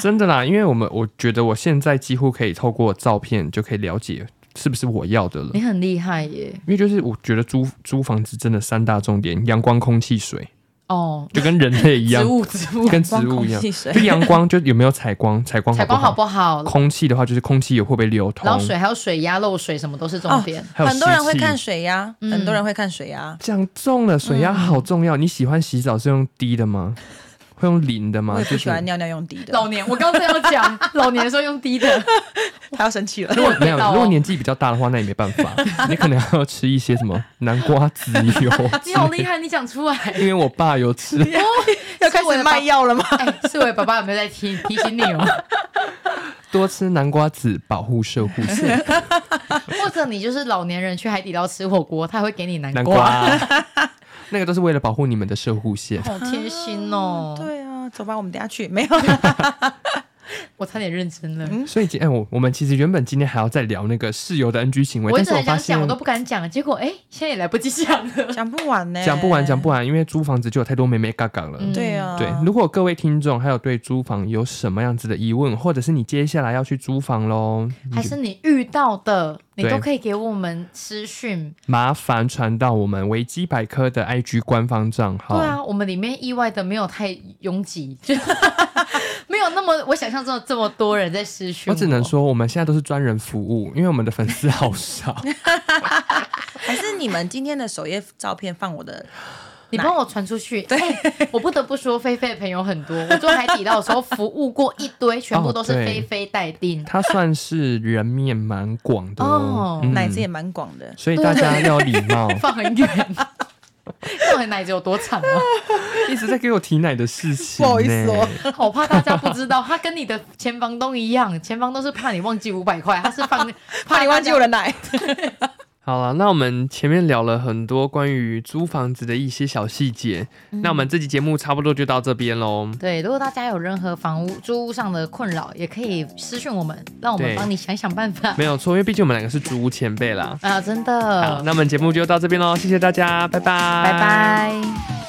Speaker 2: 真的啦，因为我们我觉得我现在几乎可以透过照片就可以了解是不是我要的了。
Speaker 3: 你很厉害耶。
Speaker 2: 因为就是我觉得租租房子真的三大重点：阳光、空气、水，
Speaker 3: 哦，
Speaker 2: 就跟人类一
Speaker 3: 植
Speaker 2: 样，
Speaker 3: 物植物，
Speaker 2: 跟植物一样
Speaker 1: 光空。气水
Speaker 2: 就阳光就有没有采光，采光
Speaker 3: 采
Speaker 2: 好不
Speaker 3: 光好
Speaker 2: 好？
Speaker 3: 不好？
Speaker 2: 空气的话就是空气有会不会流通
Speaker 3: 然，后水还有水压漏水什么都是重点。
Speaker 2: 哦还有嗯
Speaker 1: 哦很多人会
Speaker 2: 湿气
Speaker 1: 看。水压，很多人会看水压。
Speaker 2: 讲中了，水
Speaker 3: 嗯
Speaker 2: 压好重要。你喜欢洗澡是用滴的吗？会用淋的吗？
Speaker 1: 我也
Speaker 2: 就
Speaker 1: 不
Speaker 2: 啊是
Speaker 1: 喜欢尿尿用滴的，
Speaker 3: 老年，我刚才要讲 老年的时候用低 的，
Speaker 1: 他要生气 了。
Speaker 2: 如果没有，
Speaker 3: 味道哦。
Speaker 2: 如果年纪比较大的话，那也没办法，你可能要吃一些什么南瓜籽油
Speaker 3: 你好厉害，你讲出来。
Speaker 2: 因为我爸有吃，
Speaker 1: 要开始卖药了吗？
Speaker 3: 哎，四伟爸爸有没有在提提醒你哦？
Speaker 2: 多吃南瓜籽保护射护线，
Speaker 3: 或者你就是老年人去海底捞吃火锅，他会给你南
Speaker 2: 南瓜，那个都是为了保护你们的射护线。
Speaker 3: 好贴心哦！
Speaker 1: 对啊，走吧，我们等下去。没有，
Speaker 3: 我差点认真了。
Speaker 2: 所以今哎，我我们其实原本今天还要再聊那个室友的 NG 行为，
Speaker 3: 我一
Speaker 2: 但
Speaker 3: 直
Speaker 2: 是
Speaker 3: 很
Speaker 2: 发
Speaker 3: 想讲，我
Speaker 2: 现
Speaker 3: 都不敢讲，结果哎，现在也来不及讲 了。
Speaker 1: 讲不完呢，
Speaker 2: 讲不完，讲不
Speaker 1: 哎
Speaker 2: 完，因为租房子就有太多妹妹嘎嘎了。
Speaker 3: 嗯
Speaker 1: 对啊，
Speaker 2: 对，如果各位听众还有对租房有什么样子的疑问，或者是你接下来要去租房喽，
Speaker 3: 还是你遇到的，你
Speaker 2: 对
Speaker 3: 都可以给我们私讯。
Speaker 2: 麻烦传到我们维基百科的 IG 官方账号。
Speaker 3: 对啊，我们里面意外的没有太拥挤， 就没有那么我想象中的这么多人在私讯。
Speaker 2: 我只能，说，我们现在都是专人服务，因为我们的粉丝好少。
Speaker 1: 还是你们今天的首页照片放我的，
Speaker 3: 你帮我传出去。对、我不得不说，菲菲的朋友很多。我做海底捞的时候，服务过一堆，全部都是
Speaker 2: 哦对
Speaker 3: 菲菲待定。
Speaker 2: 他算是人面蛮广的
Speaker 3: 哦
Speaker 2: 哦，
Speaker 1: 奶子也蛮广的。
Speaker 2: 所以大家要礼貌。
Speaker 3: 放很远， 那我的奶子有多长啊？
Speaker 2: 一直在给我提奶的事情、
Speaker 1: 不好意思哦，
Speaker 3: 我怕大家不知道，他跟你的前房东一样，前房东是怕你忘记五百块，他是放
Speaker 1: 怕你忘记我的奶，
Speaker 2: 好了，那我们前面聊了很多关于租房子的一些小细节，那我们这期节目差不多就到这边喽。
Speaker 3: 对，如果大家有任何房屋租屋上的困扰，也可以私讯我们，让我们
Speaker 2: 对
Speaker 3: 帮你想想办法。
Speaker 2: 没有错，因为毕竟我们两个是租屋前辈啦。
Speaker 3: 啊，真
Speaker 2: 好，
Speaker 3: 的，
Speaker 2: 嗯那我们节目就到这边喽，谢谢大家，拜拜，
Speaker 3: 拜。拜。